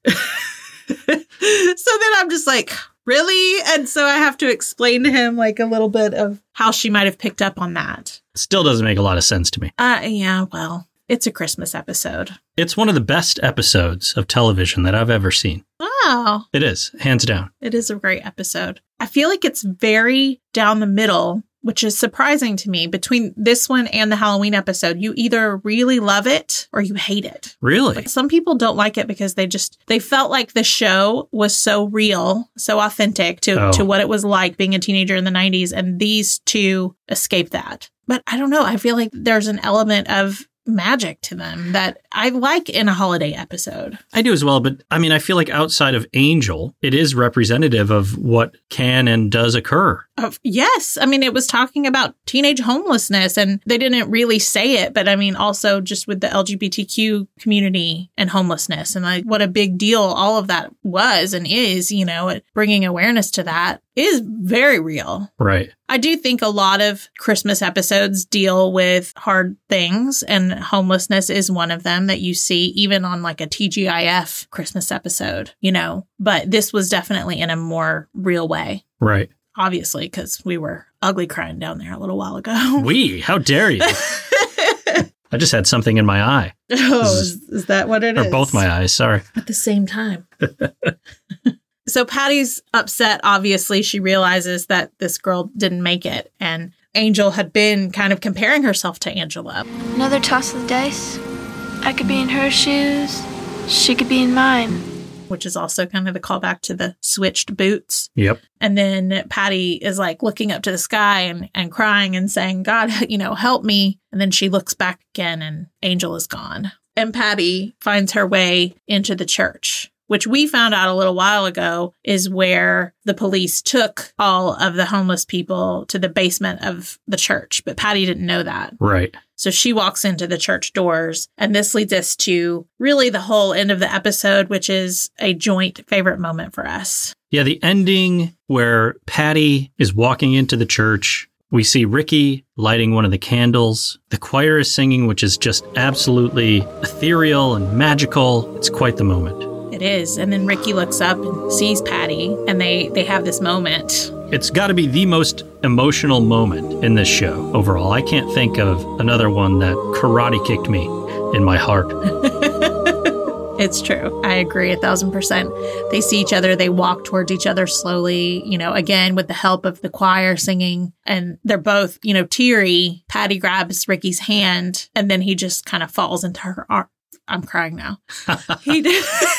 S2: so then I'm just like, Really? And so I have to explain to him like a little bit of how she might have picked up on that.
S1: Still doesn't make a lot of sense to me.
S2: Uh, yeah, well, it's a Christmas episode.
S1: It's one of the best episodes of television that I've ever seen.
S2: Wow.
S1: It is, hands down.
S2: It is a great episode. I feel like it's very down the middle, which is surprising to me. Between this one and the Halloween episode, you either really love it or you hate it.
S1: Really?
S2: Like some people don't like it because they just they felt like the show was so real, so authentic to
S1: Oh.
S2: to what it was like being a teenager in the 90s and these two escape that. But I don't know, I feel like there's an element of magic to them that I like in a holiday episode.
S1: I do as well, but I mean, I feel like outside of Angel, it is representative of what can and does occur.
S2: Of, yes. I mean, it was talking about teenage homelessness, and they didn't really say it, but I mean, also just with the LGBTQ community and homelessness, and like what a big deal all of that was and is, you know, it- bringing awareness to that is very real.
S1: Right.
S2: I do think a lot of Christmas episodes deal with hard things, and homelessness is one of them that you see even on like a TGIF Christmas episode, you know, but this was definitely in a more real way
S1: Right.
S2: obviously, because we were ugly crying down there a little while ago. <laughs>
S1: We, how dare you? I just had something in my eye,
S2: oh, is, is that what it is?
S1: or both my eyes. Sorry.
S2: at the
S1: <laughs>
S2: same time. so Patty's upset. Obviously, she realizes that this girl didn't make it, and Angel had been kind of comparing herself to Angela.
S10: Another toss of the dice. I could be in her shoes. She could be in mine.
S2: Which is also kind of the callback to the switched boots.
S1: Yep.
S2: And then Patty is like looking up to the sky and, and crying and saying, God, <laughs> you know, help me. And then she looks back again and Angel is gone. And Patty finds her way into the church, which we found out a little while ago is where the police took all of the homeless people to the basement of the church. But Patty didn't know that.
S1: Right.
S2: So she walks into the church doors, and this leads us to really the whole end of the episode, which is a joint favorite moment for us.
S1: Yeah, the ending where Patty is walking into the church. We see Ricky lighting one of the candles. The choir is singing, which is just absolutely ethereal and magical. It's quite the moment.
S2: It is. And then Ricky looks up and sees Patty and they they have this moment.
S1: It's got to be the most emotional moment in this show overall. I can't think of another one that karate kicked me in my heart.
S2: It's true. I agree a thousand percent. They see each other, they walk towards each other slowly, you know, again with the help of the choir singing. And they're both, you know, teary. Patty grabs Ricky's hand and then he just kind of falls into her arm. I'm crying now. he <laughs>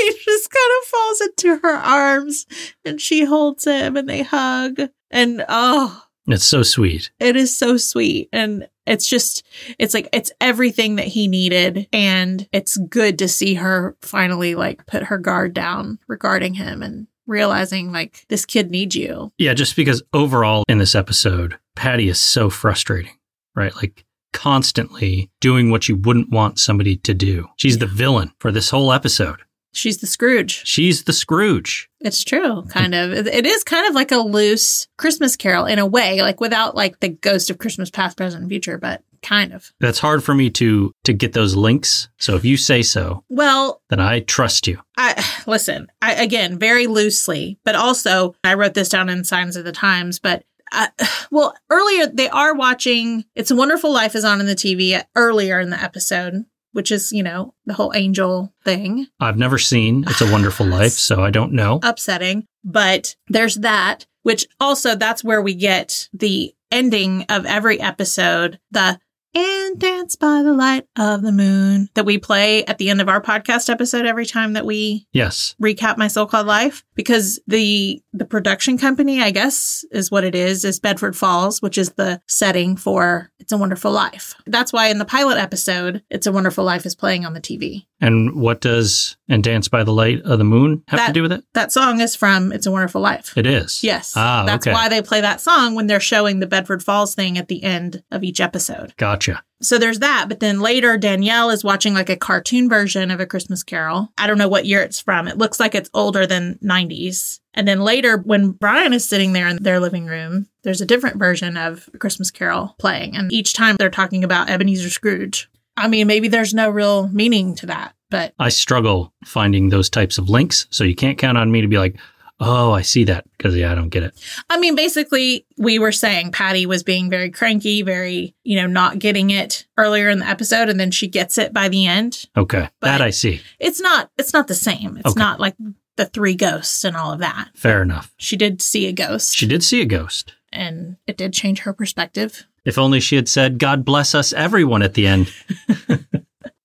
S2: He just kind of falls into her arms and she holds him and they hug. And oh,
S1: It's so sweet.
S2: it is so sweet and it's just it's like it's everything that he needed and it's good to see her finally like put her guard down regarding him and realizing like this kid needs you
S1: Yeah, just because overall in this episode, Patty is so frustrating, right? Like constantly doing what you wouldn't want somebody to do. She's the villain for this whole episode.
S2: she's the scrooge
S1: She's the Scrooge.
S2: it's true kind of It- it is kind of like a loose christmas carol in a way like without like the ghost of christmas past present and future but kind of
S1: That's hard for me to to get those links. So if you say so,
S2: well
S1: then I trust you.
S2: I listen. I again very loosely, but also I wrote this down in Signs of the Times. But I, <sighs> well, earlier they are watching "It's a Wonderful Life" is on in the TV earlier in the episode, which is you know the whole angel thing
S1: I've never seen It's a
S2: <laughs>
S1: Wonderful Life, so I don't know.
S2: upsetting. But there's that, which also that's where we get the ending of every episode. The and dance by the light of the moon that we play at the end of our podcast episode every time that we
S1: Yes.
S2: recap my so-called life because the the production company i guess is what it is is bedford falls which is the setting for it's a wonderful life that's why in the pilot episode it's a wonderful life is playing on the tv
S1: And what does and Dance by the Light of the Moon have to
S2: That-
S1: do with it?
S2: that song is from it's a wonderful life
S1: It is.
S2: yes
S1: Ah,
S2: that's
S1: okay.
S2: why they play that song when they're showing the bedford falls thing at the end of each episode
S1: Gotcha.
S2: so there's that but then later danielle is watching like a cartoon version of a christmas carol i don't know what year it's from it looks like it's older than 90s and then later when brian is sitting there in their living room there's a different version of A christmas carol playing and each time they're talking about ebenezer scrooge i mean maybe there's no real meaning to that but
S1: I struggle finding those types of links, so you can't count on me to be like, "Oh, I see that," because yeah, I don't get it.
S2: I mean, basically, we were saying Patty was being very cranky, very, you know, not getting it earlier in the episode, and then she gets it by the end.
S1: Okay,
S2: But-
S1: that I see.
S2: It's not, it's not the same. It's
S1: Okay.
S2: not like the three ghosts and all of that.
S1: Fair enough.
S2: She did see a ghost,
S1: She did see a ghost.
S2: and it did change her perspective.
S1: If only she had said, "God bless us, everyone," at the end.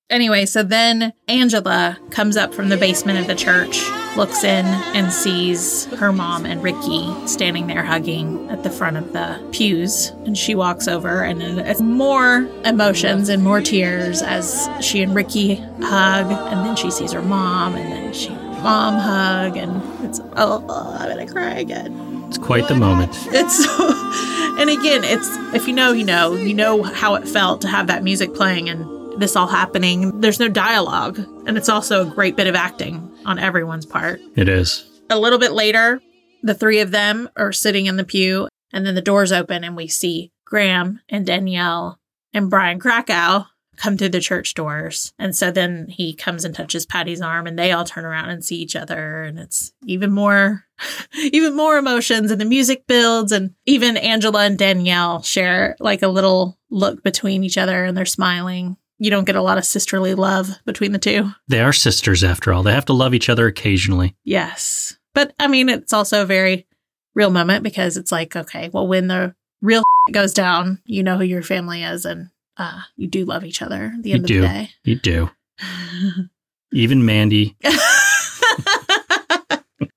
S2: Anyway, so then Angela comes up from the basement of the church, looks in, and sees her mom and Ricky standing there hugging at the front of the pews. And she walks over, and then it's more emotions and more tears as she and Ricky hug. And then she sees her mom, and then she mom hug, and it's oh, oh I'm gonna cry again
S1: It's quite the moment.
S2: it's <laughs> and again it's if you know you know you know how it felt to have that music playing and this all happening there's no dialogue and it's also a great bit of acting on everyone's part
S1: It is.
S2: a little bit later the three of them are sitting in the pew and then the doors open and we see graham and danielle and brian krakow come through the church doors and so then he comes and touches patty's arm and they all turn around and see each other and it's even more <laughs> even more emotions and the music builds and even angela and danielle share like a little look between each other and they're smiling you don't get a lot of sisterly love between the two
S1: They are sisters after all. They have to love each other occasionally.
S2: Yes. But I mean, it's also a very real moment because it's like, okay, well, when the real <laughs> goes down, you know who your family is and uh, you do love each other at the
S1: You
S2: end
S1: do.
S2: of the day.
S1: You
S2: <laughs>
S1: do. Even Mandy.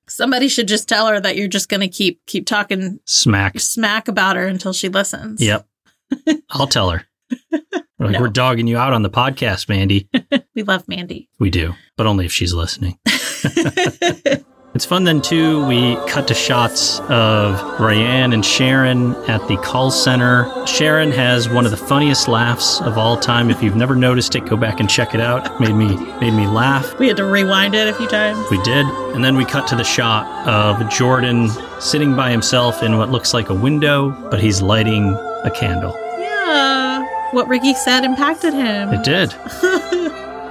S2: Somebody should just tell her that you're just going to keep keep talking
S1: Smacks.
S2: smack about her until she listens. <laughs>
S1: Yep. I'll tell her. We're like,
S2: No.
S1: We're dogging you out on the podcast, Mandy.
S2: We love Mandy.
S1: We do, but only if she's listening. <laughs> It's fun then, too. We cut to shots of Rayanne and Sharon at the call center. Sharon has one of the funniest laughs of all time. If you've never noticed it, go back and check it out. Made me made me laugh.
S2: we had to rewind it a few times.
S1: We did. And then we cut to the shot of Jordan sitting by himself in what looks like a window, but he's lighting a candle.
S2: Yeah. What Ricky said impacted him.
S1: It did.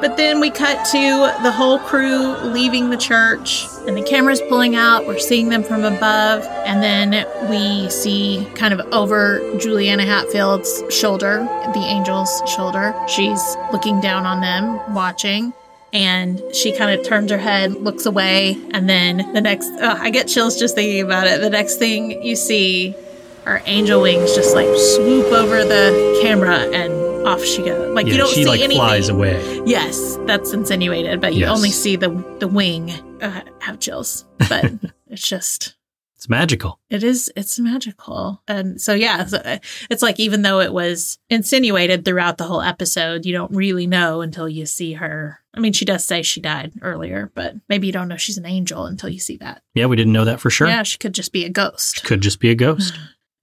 S2: But then we cut to the whole crew leaving the church, and the camera's pulling out. We're seeing them from above, and then we see kind of over Juliana Hatfield's shoulder, the angel's shoulder. She's looking down on them, watching. and she kind of turns her head, looks away, and then the next, ugh, I get chills just thinking about it. The next thing you see are angel wings just like swoop over the camera and off she goes. Like
S1: yeah,
S2: you don't
S1: she
S2: see
S1: like
S2: anything.
S1: flies away.
S2: Yes, that's insinuated, but you
S1: Yes.
S2: only see the the wing. Ugh, I have chills,
S1: <laughs>
S2: but it's just
S1: It's magical.
S2: it is it's magical and so yeah so, uh, it's like even though it was insinuated throughout the whole episode you don't really know until you see her i mean she does say she died earlier but maybe you don't know she's an angel until you see that
S1: Yeah, we didn't know that for sure.
S2: yeah she could just be a ghost
S1: Could just be a ghost.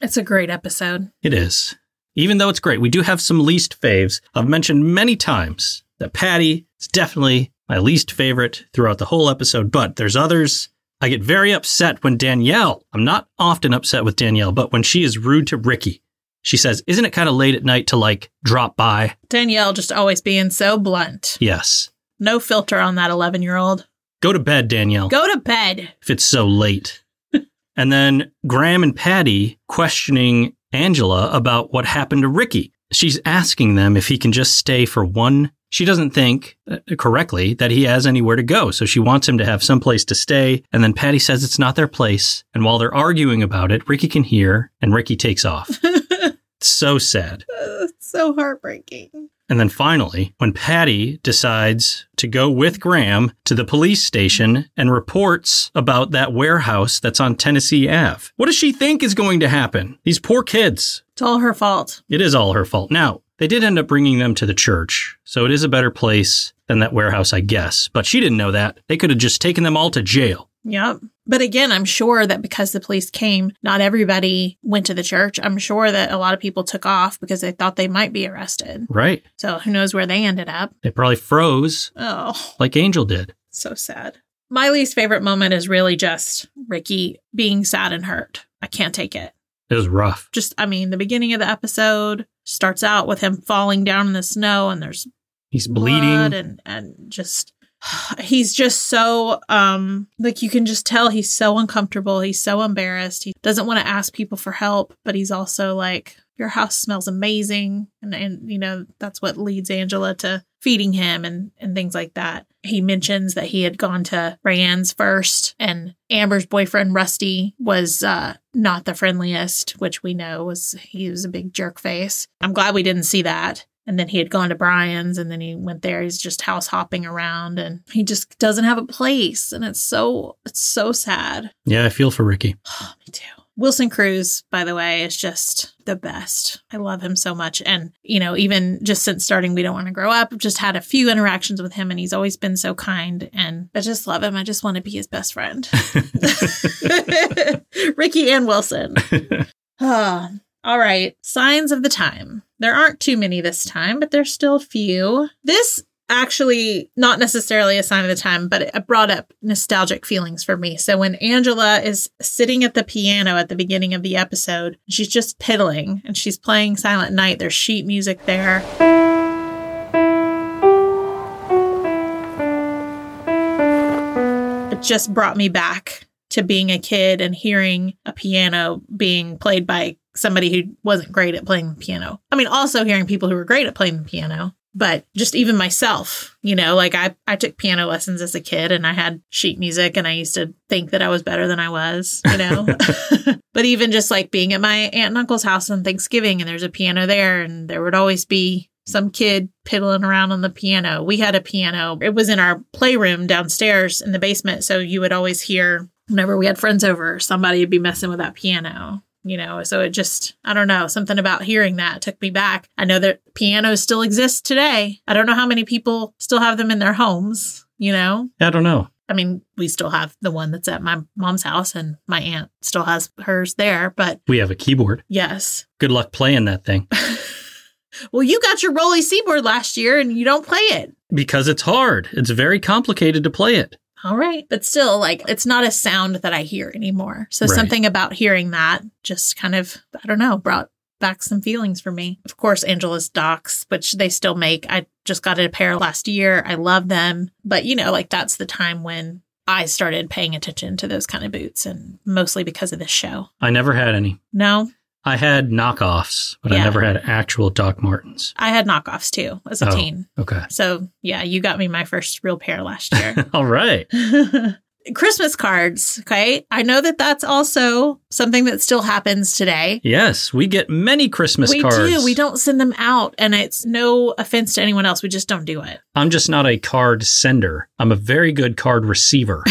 S2: it's a great episode
S1: It is. Even though it's great, we do have some least faves. I've mentioned many times that Patty is definitely my least favorite throughout the whole episode, but there's others. I get very upset when Danielle, I'm not often upset with Danielle, but when she is rude to Ricky, she says, Isn't it kind of late at night to like drop by?
S2: danielle just always being so blunt
S1: Yes.
S2: no filter on that 11 year old
S1: Go to bed, Danielle.
S2: go to bed
S1: if it's so late. <laughs> and then Graham and Patty questioning Angela about what happened to Ricky. She's asking them if he can just stay for one. She doesn't think uh, correctly that he has anywhere to go, so she wants him to have some place to stay. And then Patty says it's not their place. And while they're arguing about it, Ricky can hear, and Ricky takes off. so sad.
S2: it's so heartbreaking
S1: And then finally, when Patty decides to go with Graham to the police station and reports about that warehouse that's on Tennessee Ave, what does she think is going to happen? These poor kids.
S2: it's all her fault
S1: It is all her fault. Now, they did end up bringing them to the church, so it is a better place than that warehouse, I guess. But she didn't know that. They could have just taken them all to jail.
S2: Yep. But again, I'm sure that because the police came, not everybody went to the church. I'm sure that a lot of people took off because they thought they might be arrested.
S1: Right.
S2: So who knows where they ended up?
S1: They probably froze
S2: Oh,
S1: like Angel did.
S2: so sad. My least favorite moment is really just Ricky being sad and hurt. I can't take it.
S1: It was rough.
S2: Just, I mean, the beginning of the episode starts out with him falling down in the snow and there's
S1: He's
S2: blood
S1: bleeding.
S2: and and just he's just so um like you can just tell he's so uncomfortable he's so embarrassed he doesn't want to ask people for help but he's also like your house smells amazing and and you know that's what leads angela to feeding him and and things like that he mentions that he had gone to rayanne's first and amber's boyfriend rusty was uh not the friendliest which we know was he was a big jerk face i'm glad we didn't see that and then he had gone to Brian's and then he went there. He's just house hopping around and he just doesn't have a place. And it's so, it's so sad.
S1: Yeah, I feel for Ricky.
S2: Me too. Wilson Cruz, by the way, is just the best. I love him so much. And, you know, even just since starting We Don't Want to Grow Up, I've just had a few interactions with him and he's always been so kind. And I just love him. I just want to be his best friend. <laughs> Ricky and Wilson. Ah, all right. Signs of the time. There aren't too many this time, but there's still a few. This actually not necessarily a sign of the time, but it brought up nostalgic feelings for me. So when Angela is sitting at the piano at the beginning of the episode, she's just piddling and she's playing Silent Night. There's sheet music there. it just brought me back to being a kid and hearing a piano being played by somebody who wasn't great at playing the piano. I mean, also hearing people who were great at playing the piano, but just even myself, you know, like I, I took piano lessons as a kid and I had sheet music and I used to think that I was better than I was, you know. <laughs> but even just like being at my aunt and uncle's house on Thanksgiving and there's a piano there and there would always be some kid piddling around on the piano. We had a piano. It was in our playroom downstairs in the basement, so you would always hear whenever we had friends over, somebody would be messing with that piano. You know, so it just, I don't know, something about hearing that took me back. I know that pianos still exist today. I don't know how many people still have them in their homes, you know?
S1: I don't know.
S2: I mean, we still have the one that's at my mom's house and my aunt still has hers there, but
S1: We have a keyboard.
S2: yes.
S1: Good luck playing that thing
S2: Well, you got your Rolly Seaboard last year and you don't play it.
S1: because it's hard. It's very complicated to play it.
S2: All right. But still, like, it's not a sound that I hear anymore. So
S1: Right.
S2: something about hearing that just kind of, I don't know, brought back some feelings for me. Of course, Angela's Docs, which they still make. I just got a pair last year. I love them. But, you know, like, that's the time when I started paying attention to those kind of boots and mostly because of this show.
S1: I never had any.
S2: No?
S1: I had knockoffs, but I
S2: Yeah.
S1: never had actual Doc Martens.
S2: I had knockoffs too as a
S1: Oh.
S2: teen.
S1: Okay.
S2: So yeah, you got me my first real pair last year.
S1: <laughs> All right.
S2: Christmas cards. Okay. I know that that's also something that still happens today.
S1: Yes, we get many Christmas
S2: we
S1: cards.
S2: do. We don't send them out, and it's no offense to anyone else. We just don't do it.
S1: I'm just not a card sender. I'm a very good card
S2: <laughs>
S1: receiver.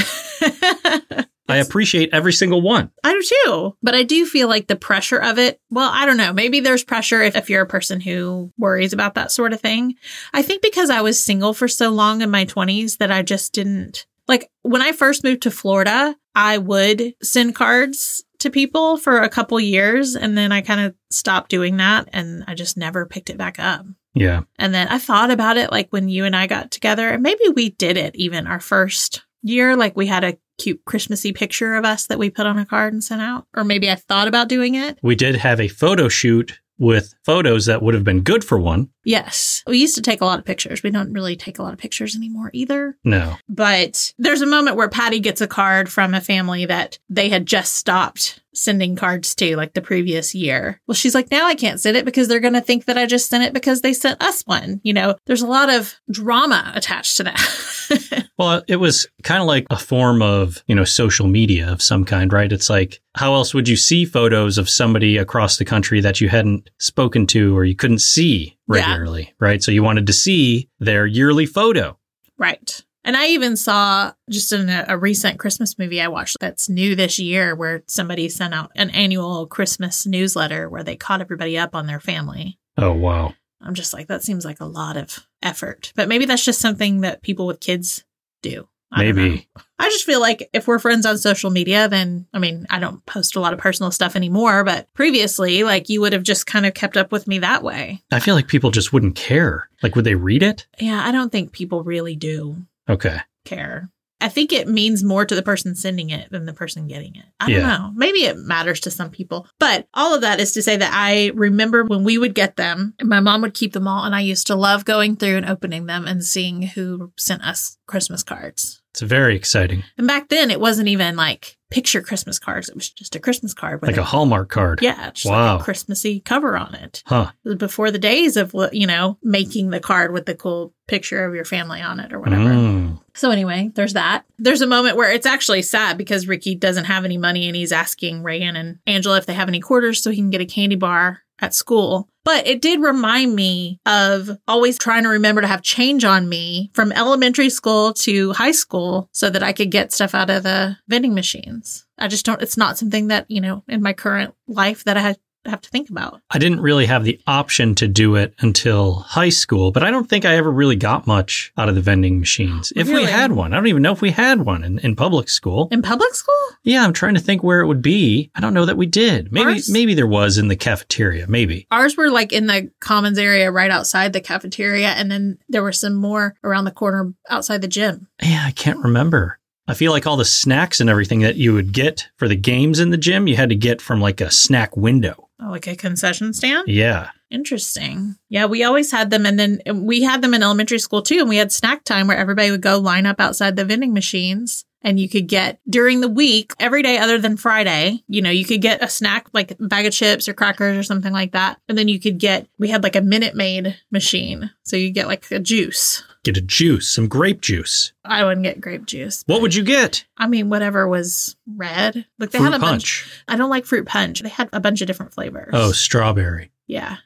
S1: I appreciate every single one.
S2: I do too. But I do feel like the pressure of it. Well, I don't know. Maybe there's pressure if, if you're a person who worries about that sort of thing. I think because I was single for so long in my 20s that I just didn't. Like when I first moved to Florida, I would send cards to people for a couple years and then I kind of stopped doing that and I just never picked it back up.
S1: Yeah.
S2: And then I thought about it like when you and I got together, and maybe we did it even our first year. Like we had a cute Christmassy picture of us that we put on a card and sent out. Or maybe I thought about doing it.
S1: We did have a photo shoot with photos that would have been good for one.
S2: Yes. We used to take a lot of pictures. We don't really take a lot of pictures anymore either.
S1: No.
S2: But there's a moment where Patty gets a card from a family that they had just stopped sending cards to, like the previous year. Well, she's like, now I can't send it because they're going to think that I just sent it because they sent us one. You know, there's a lot of drama attached to that. <laughs>
S1: Well, it was kind of like a form of, you know, social media of some kind, right? It's like, how else would you see photos of somebody across the country that you hadn't spoken to or you couldn't see
S2: Yeah.
S1: regularly, right? So you wanted to see their yearly photo.
S2: Right. And I even saw just in a, a recent Christmas movie I watched that's new this year where somebody sent out an annual Christmas newsletter where they caught everybody up on their family.
S1: Oh, wow.
S2: I'm just like, that seems like a lot of effort. But maybe that's just something that people with kids do. I don't know.
S1: Maybe.
S2: I just feel like if we're friends on social media, then I mean, I don't post a lot of personal stuff anymore, but previously, like you would have just kind of kept up with me that way.
S1: I feel like people just wouldn't care. Like, would they read it?
S2: Yeah, I don't think people really do.
S1: Okay.
S2: care. I think it means more to the person sending it than the person getting it. I don't
S1: Yeah.
S2: know. Maybe it matters to some people. But all of that is to say that I remember when we would get them, and my mom would keep them all, and I used to love going through and opening them and seeing who sent us Christmas cards.
S1: It's very exciting.
S2: And back then, it wasn't even like picture Christmas cards, it was just a Christmas card. with
S1: Like a Hallmark card.
S2: Yeah, just
S1: Wow.
S2: like a Christmassy cover on it.
S1: Huh.
S2: It was Before the days of, what you know, making the card with the cool picture of your family on it or whatever.
S1: Mm.
S2: So anyway, there's that. There's a moment where it's actually sad because Ricky doesn't have any money and he's asking Reagan and Angela if they have any quarters so he can get a candy bar at school. But it did remind me of always trying to remember to have change on me from elementary school to high school so that I could get stuff out of the vending machines. I just don't it's not something that, you know, in my current life that I ha- have to think about.
S1: I didn't really have the option to do it until high school, but I don't think I ever really got much out of the vending machines. If
S2: Really?
S1: we had one, I don't even know if we had one in, in public school.
S2: In public school?
S1: Yeah, I'm trying to think where it would be. I don't know that we did. Maybe
S2: Ours-
S1: maybe there was in the cafeteria, maybe.
S2: Ours were like in the commons area right outside the cafeteria, and then there were some more around the corner outside the gym.
S1: Yeah, I can't remember. I feel like all the snacks and everything that you would get for the games in the gym, you had to get from like a snack window.
S2: Oh, like a concession stand?
S1: Yeah.
S2: Interesting. Yeah, we always had them, and then and we had them in elementary school too. And we had snack time where everybody would go line up outside the vending machines, and you could get during the week, every day other than Friday, you know, you could get a snack like a bag of chips or crackers or something like that. And then you could get, we had like a Minute Maid machine. So you get like a juice.
S1: Get a juice, some grape juice.
S2: I wouldn't get grape juice.
S1: What would you get?
S2: I mean, whatever was red. Like they
S1: Fruit
S2: had a bunch.
S1: punch.
S2: I don't like fruit punch. They had a bunch of different flavors.
S1: Oh, strawberry.
S2: yeah.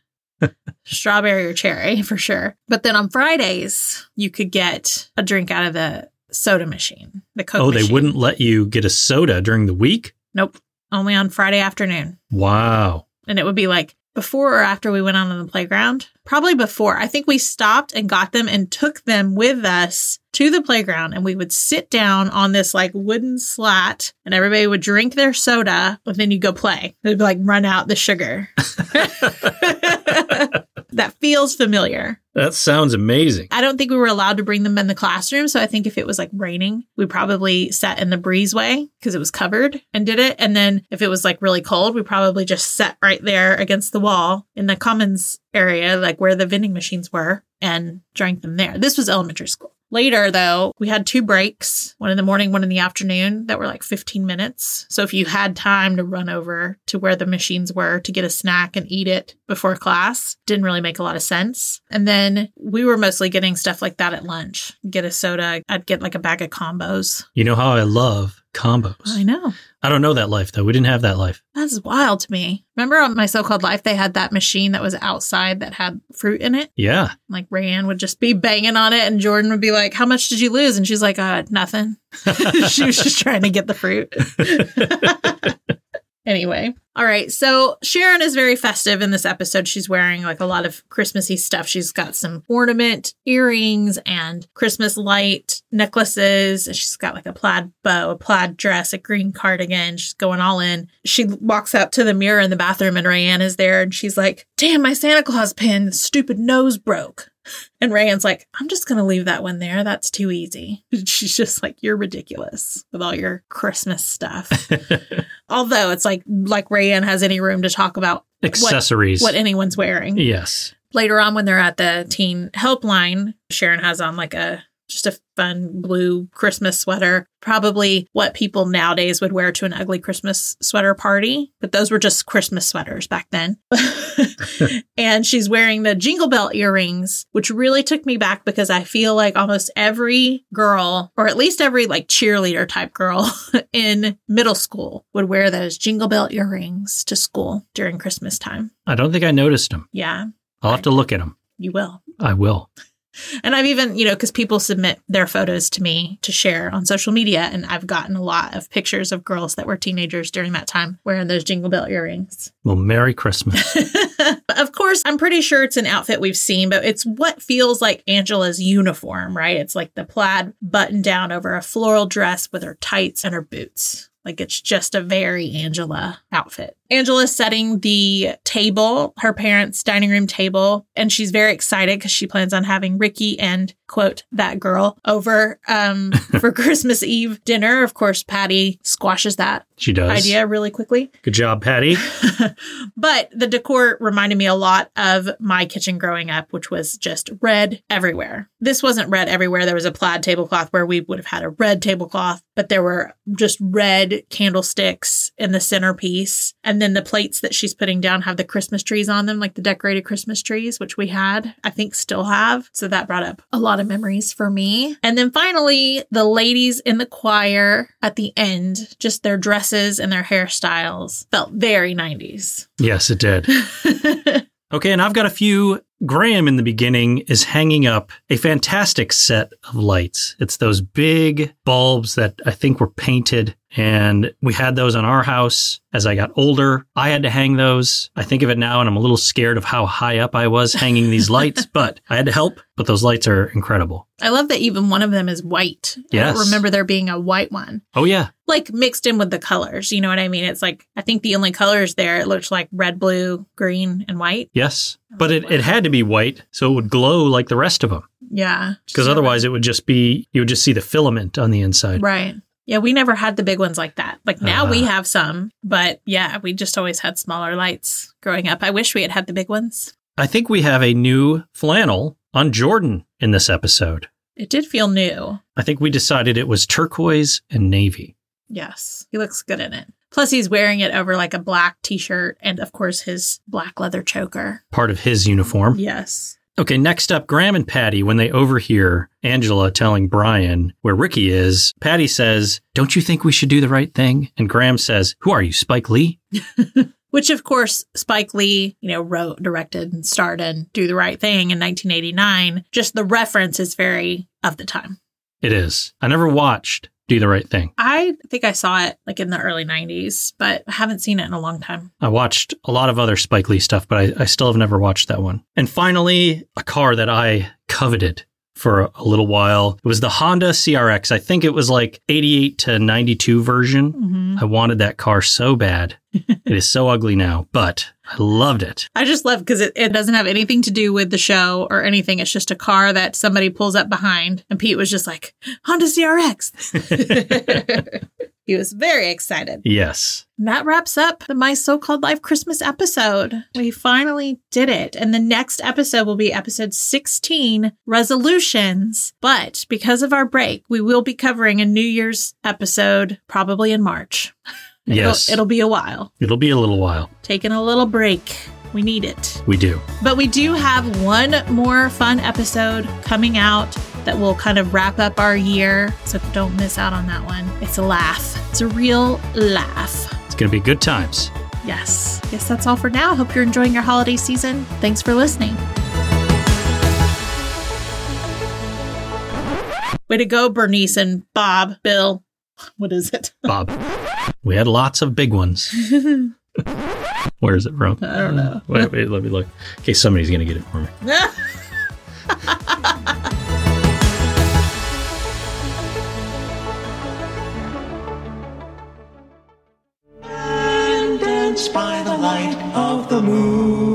S2: <laughs> Strawberry or cherry <laughs> for sure. But then on Fridays, you could get a drink out of the soda machine, the Coke
S1: <laughs> oh, they
S2: machine.
S1: wouldn't let you get a soda during the week?
S2: Nope. Only on Friday afternoon.
S1: Wow.
S2: And it would be like before or after we went out on the playground. Probably before. I think we stopped and got them and took them with us to the playground. And we would sit down on this like wooden slat and everybody would drink their soda. But then you go play. They'd be like, run out the sugar. <laughs> that feels familiar.
S1: That sounds amazing.
S2: I don't think we were allowed to bring them in the classroom. So I think if it was like raining, we probably sat in the breezeway because it was covered and did it. And then if it was like really cold, we probably just sat right there against the wall in the commons area, like where the vending machines were, and drank them there. This was elementary school. Later, though, we had two breaks, one in the morning, one in the afternoon, that were like 15 minutes. So if you had time to run over to where the machines were to get a snack and eat it before class, didn't really make a lot of sense. And then we were mostly getting stuff like that at lunch get a soda, I'd get like a bag of combos.
S1: You know how I love combos.
S2: I know.
S1: I don't know that life though. We didn't have that life.
S2: That's wild to me. Remember on my so called life, they had that machine that was outside that had fruit in it?
S1: Yeah.
S2: Like Rayanne would just be banging on it, and Jordan would be like, How much did you lose? And she's like, uh, Nothing. <laughs> she was just trying to get the fruit. anyway. All right. So Sharon is very festive in this episode. She's wearing like a lot of Christmassy stuff. She's got some ornament, earrings, and Christmas light necklaces. She's got like a plaid bow, a plaid dress, a green cardigan. She's going all in. She walks up to the mirror in the bathroom and Rayanne is there and she's like, damn, my Santa Claus pin, stupid nose broke. And Rayanne's like, I'm just going to leave that one there. That's too easy. <laughs> She's just like, you're ridiculous with all your Christmas stuff. Although it's like, like Rayanne has any room to talk about what-
S1: Accessories.
S2: what anyone's wearing
S1: Yes.
S2: later on when they're at the teen helpline sharon has on like a just a fun blue christmas sweater probably what people nowadays would wear to an ugly christmas sweater party but those were just christmas sweaters back then <laughs> and she's wearing the jingle bell earrings which really took me back because i feel like almost every girl or at least every like cheerleader type girl <laughs> in middle school would wear those jingle bell earrings to school during christmas time
S1: I don't think I noticed them.
S2: yeah
S1: I'll have to look at them.
S2: you will
S1: I will.
S2: And I've even, you know, because people submit their photos to me to share on social media. And I've gotten a lot of pictures of girls that were teenagers during that time wearing those jingle bell earrings.
S1: Well, Merry
S2: <laughs>
S1: Christmas.
S2: But of course, I'm pretty sure it's an outfit we've seen, but it's what feels like Angela's uniform, right? It's like the plaid button down over a floral dress with her tights and her boots. Like it's just a very Angela outfit. Angela's setting the table, her parents' dining room table, and she's very excited because she plans on having Ricky and quote that girl over um, for Christmas Eve dinner. Of course, Patty squashes that
S1: She does.
S2: idea really quickly.
S1: Good job, Patty.
S2: But the decor reminded me a lot of my kitchen growing up, which was just red everywhere. This wasn't red everywhere. There was a plaid tablecloth where we would have had a red tablecloth, but there were just red candlesticks in the centerpiece. And then the plates that she's putting down have the Christmas trees on them, like the decorated Christmas trees, which we had, I think still have. So that brought up a lot of memories for me. And then finally, the ladies in the choir at the end, just their dresses and their hairstyles felt very 90s.
S1: Yes, it did. okay, and I've got a few. Graham in the beginning is hanging up a fantastic set of lights. It's those big bulbs that I think were painted, and we had those on our house. As I got older, I had to hang those. I think of it now, and I'm a little scared of how high up I was hanging these lights, but I had to help. But those lights are incredible.
S2: I love that even one of them is white. I
S1: Yes.
S2: don't remember there being a white one,
S1: Oh, yeah.
S2: like mixed in with the colors. You know what I mean? It's like, I think the only colors there, it looked like red, blue, green, and white.
S1: Yes. But it, it had to be white so it would glow like the rest of them.
S2: Yeah.
S1: Because otherwise, it would just be, you would just see the filament on the inside.
S2: Right. Yeah, we never had the big ones like that. Like now we
S1: Ah.
S2: have some, but yeah, we just always had smaller lights growing up. I wish we had had the big ones.
S1: I think we have a new flannel on Jordan in this episode.
S2: It did feel new.
S1: I think we decided it was turquoise and navy.
S2: Yes. He looks good in it. Plus, he's wearing it over like a black t shirt and, of course, his black leather choker.
S1: Part of his uniform.
S2: Yes.
S1: Okay, next up, Graham and Patty, when they overhear Angela telling Brian where Ricky is, Patty says, Don't you think we should do the right thing? And Graham says, Who are you, Spike Lee?
S2: which of course Spike Lee, you know, wrote, directed, and starred in Do the Right Thing in 1989. Just the reference is very of the time.
S1: It is. I never watched Do the Right Thing.
S2: I think I saw it like in the early 90s, but I haven't seen it in a long time.
S1: I watched a lot of other Spike Lee stuff, but I, I still have never watched that one. And finally, a car that I coveted for a, a little while. It was the Honda CRX. I think it was like 88 to 92 version.
S2: Mm-hmm.
S1: I wanted that car so
S2: <laughs>
S1: bad. it is so ugly now, but I loved it.
S2: I just love because it, it doesn't have anything to do with the show or anything. It's just a car that somebody pulls up behind, and Pete was just like, Honda CRX. <laughs> He was very excited.
S1: Yes.
S2: And that wraps up the My So Called Life Christmas episode. We finally did it. And the next episode will be episode 16 Resolutions. But because of our break, we will be covering a New Year's episode probably in March.
S1: Yes.
S2: It'll, it'll be a while.
S1: It'll be a little while.
S2: Taking a little break. We need it.
S1: We do.
S2: But we do have one more fun episode coming out that will kind of wrap up our year. So don't miss out on that one. It's a laugh, it's a real laugh.
S1: It's going to be good times.
S2: Yes. Yes, that's all for now. Hope you're enjoying your holiday season. Thanks for listening. Way to go, Bernice and Bob, Bill. What is it? <laughs>
S1: Bob. We had lots of big ones. Where is it from?
S2: I don't know.
S1: Wait, wait, let me look. Okay, somebody's going to get it for me.
S11: dance by the light of the moon.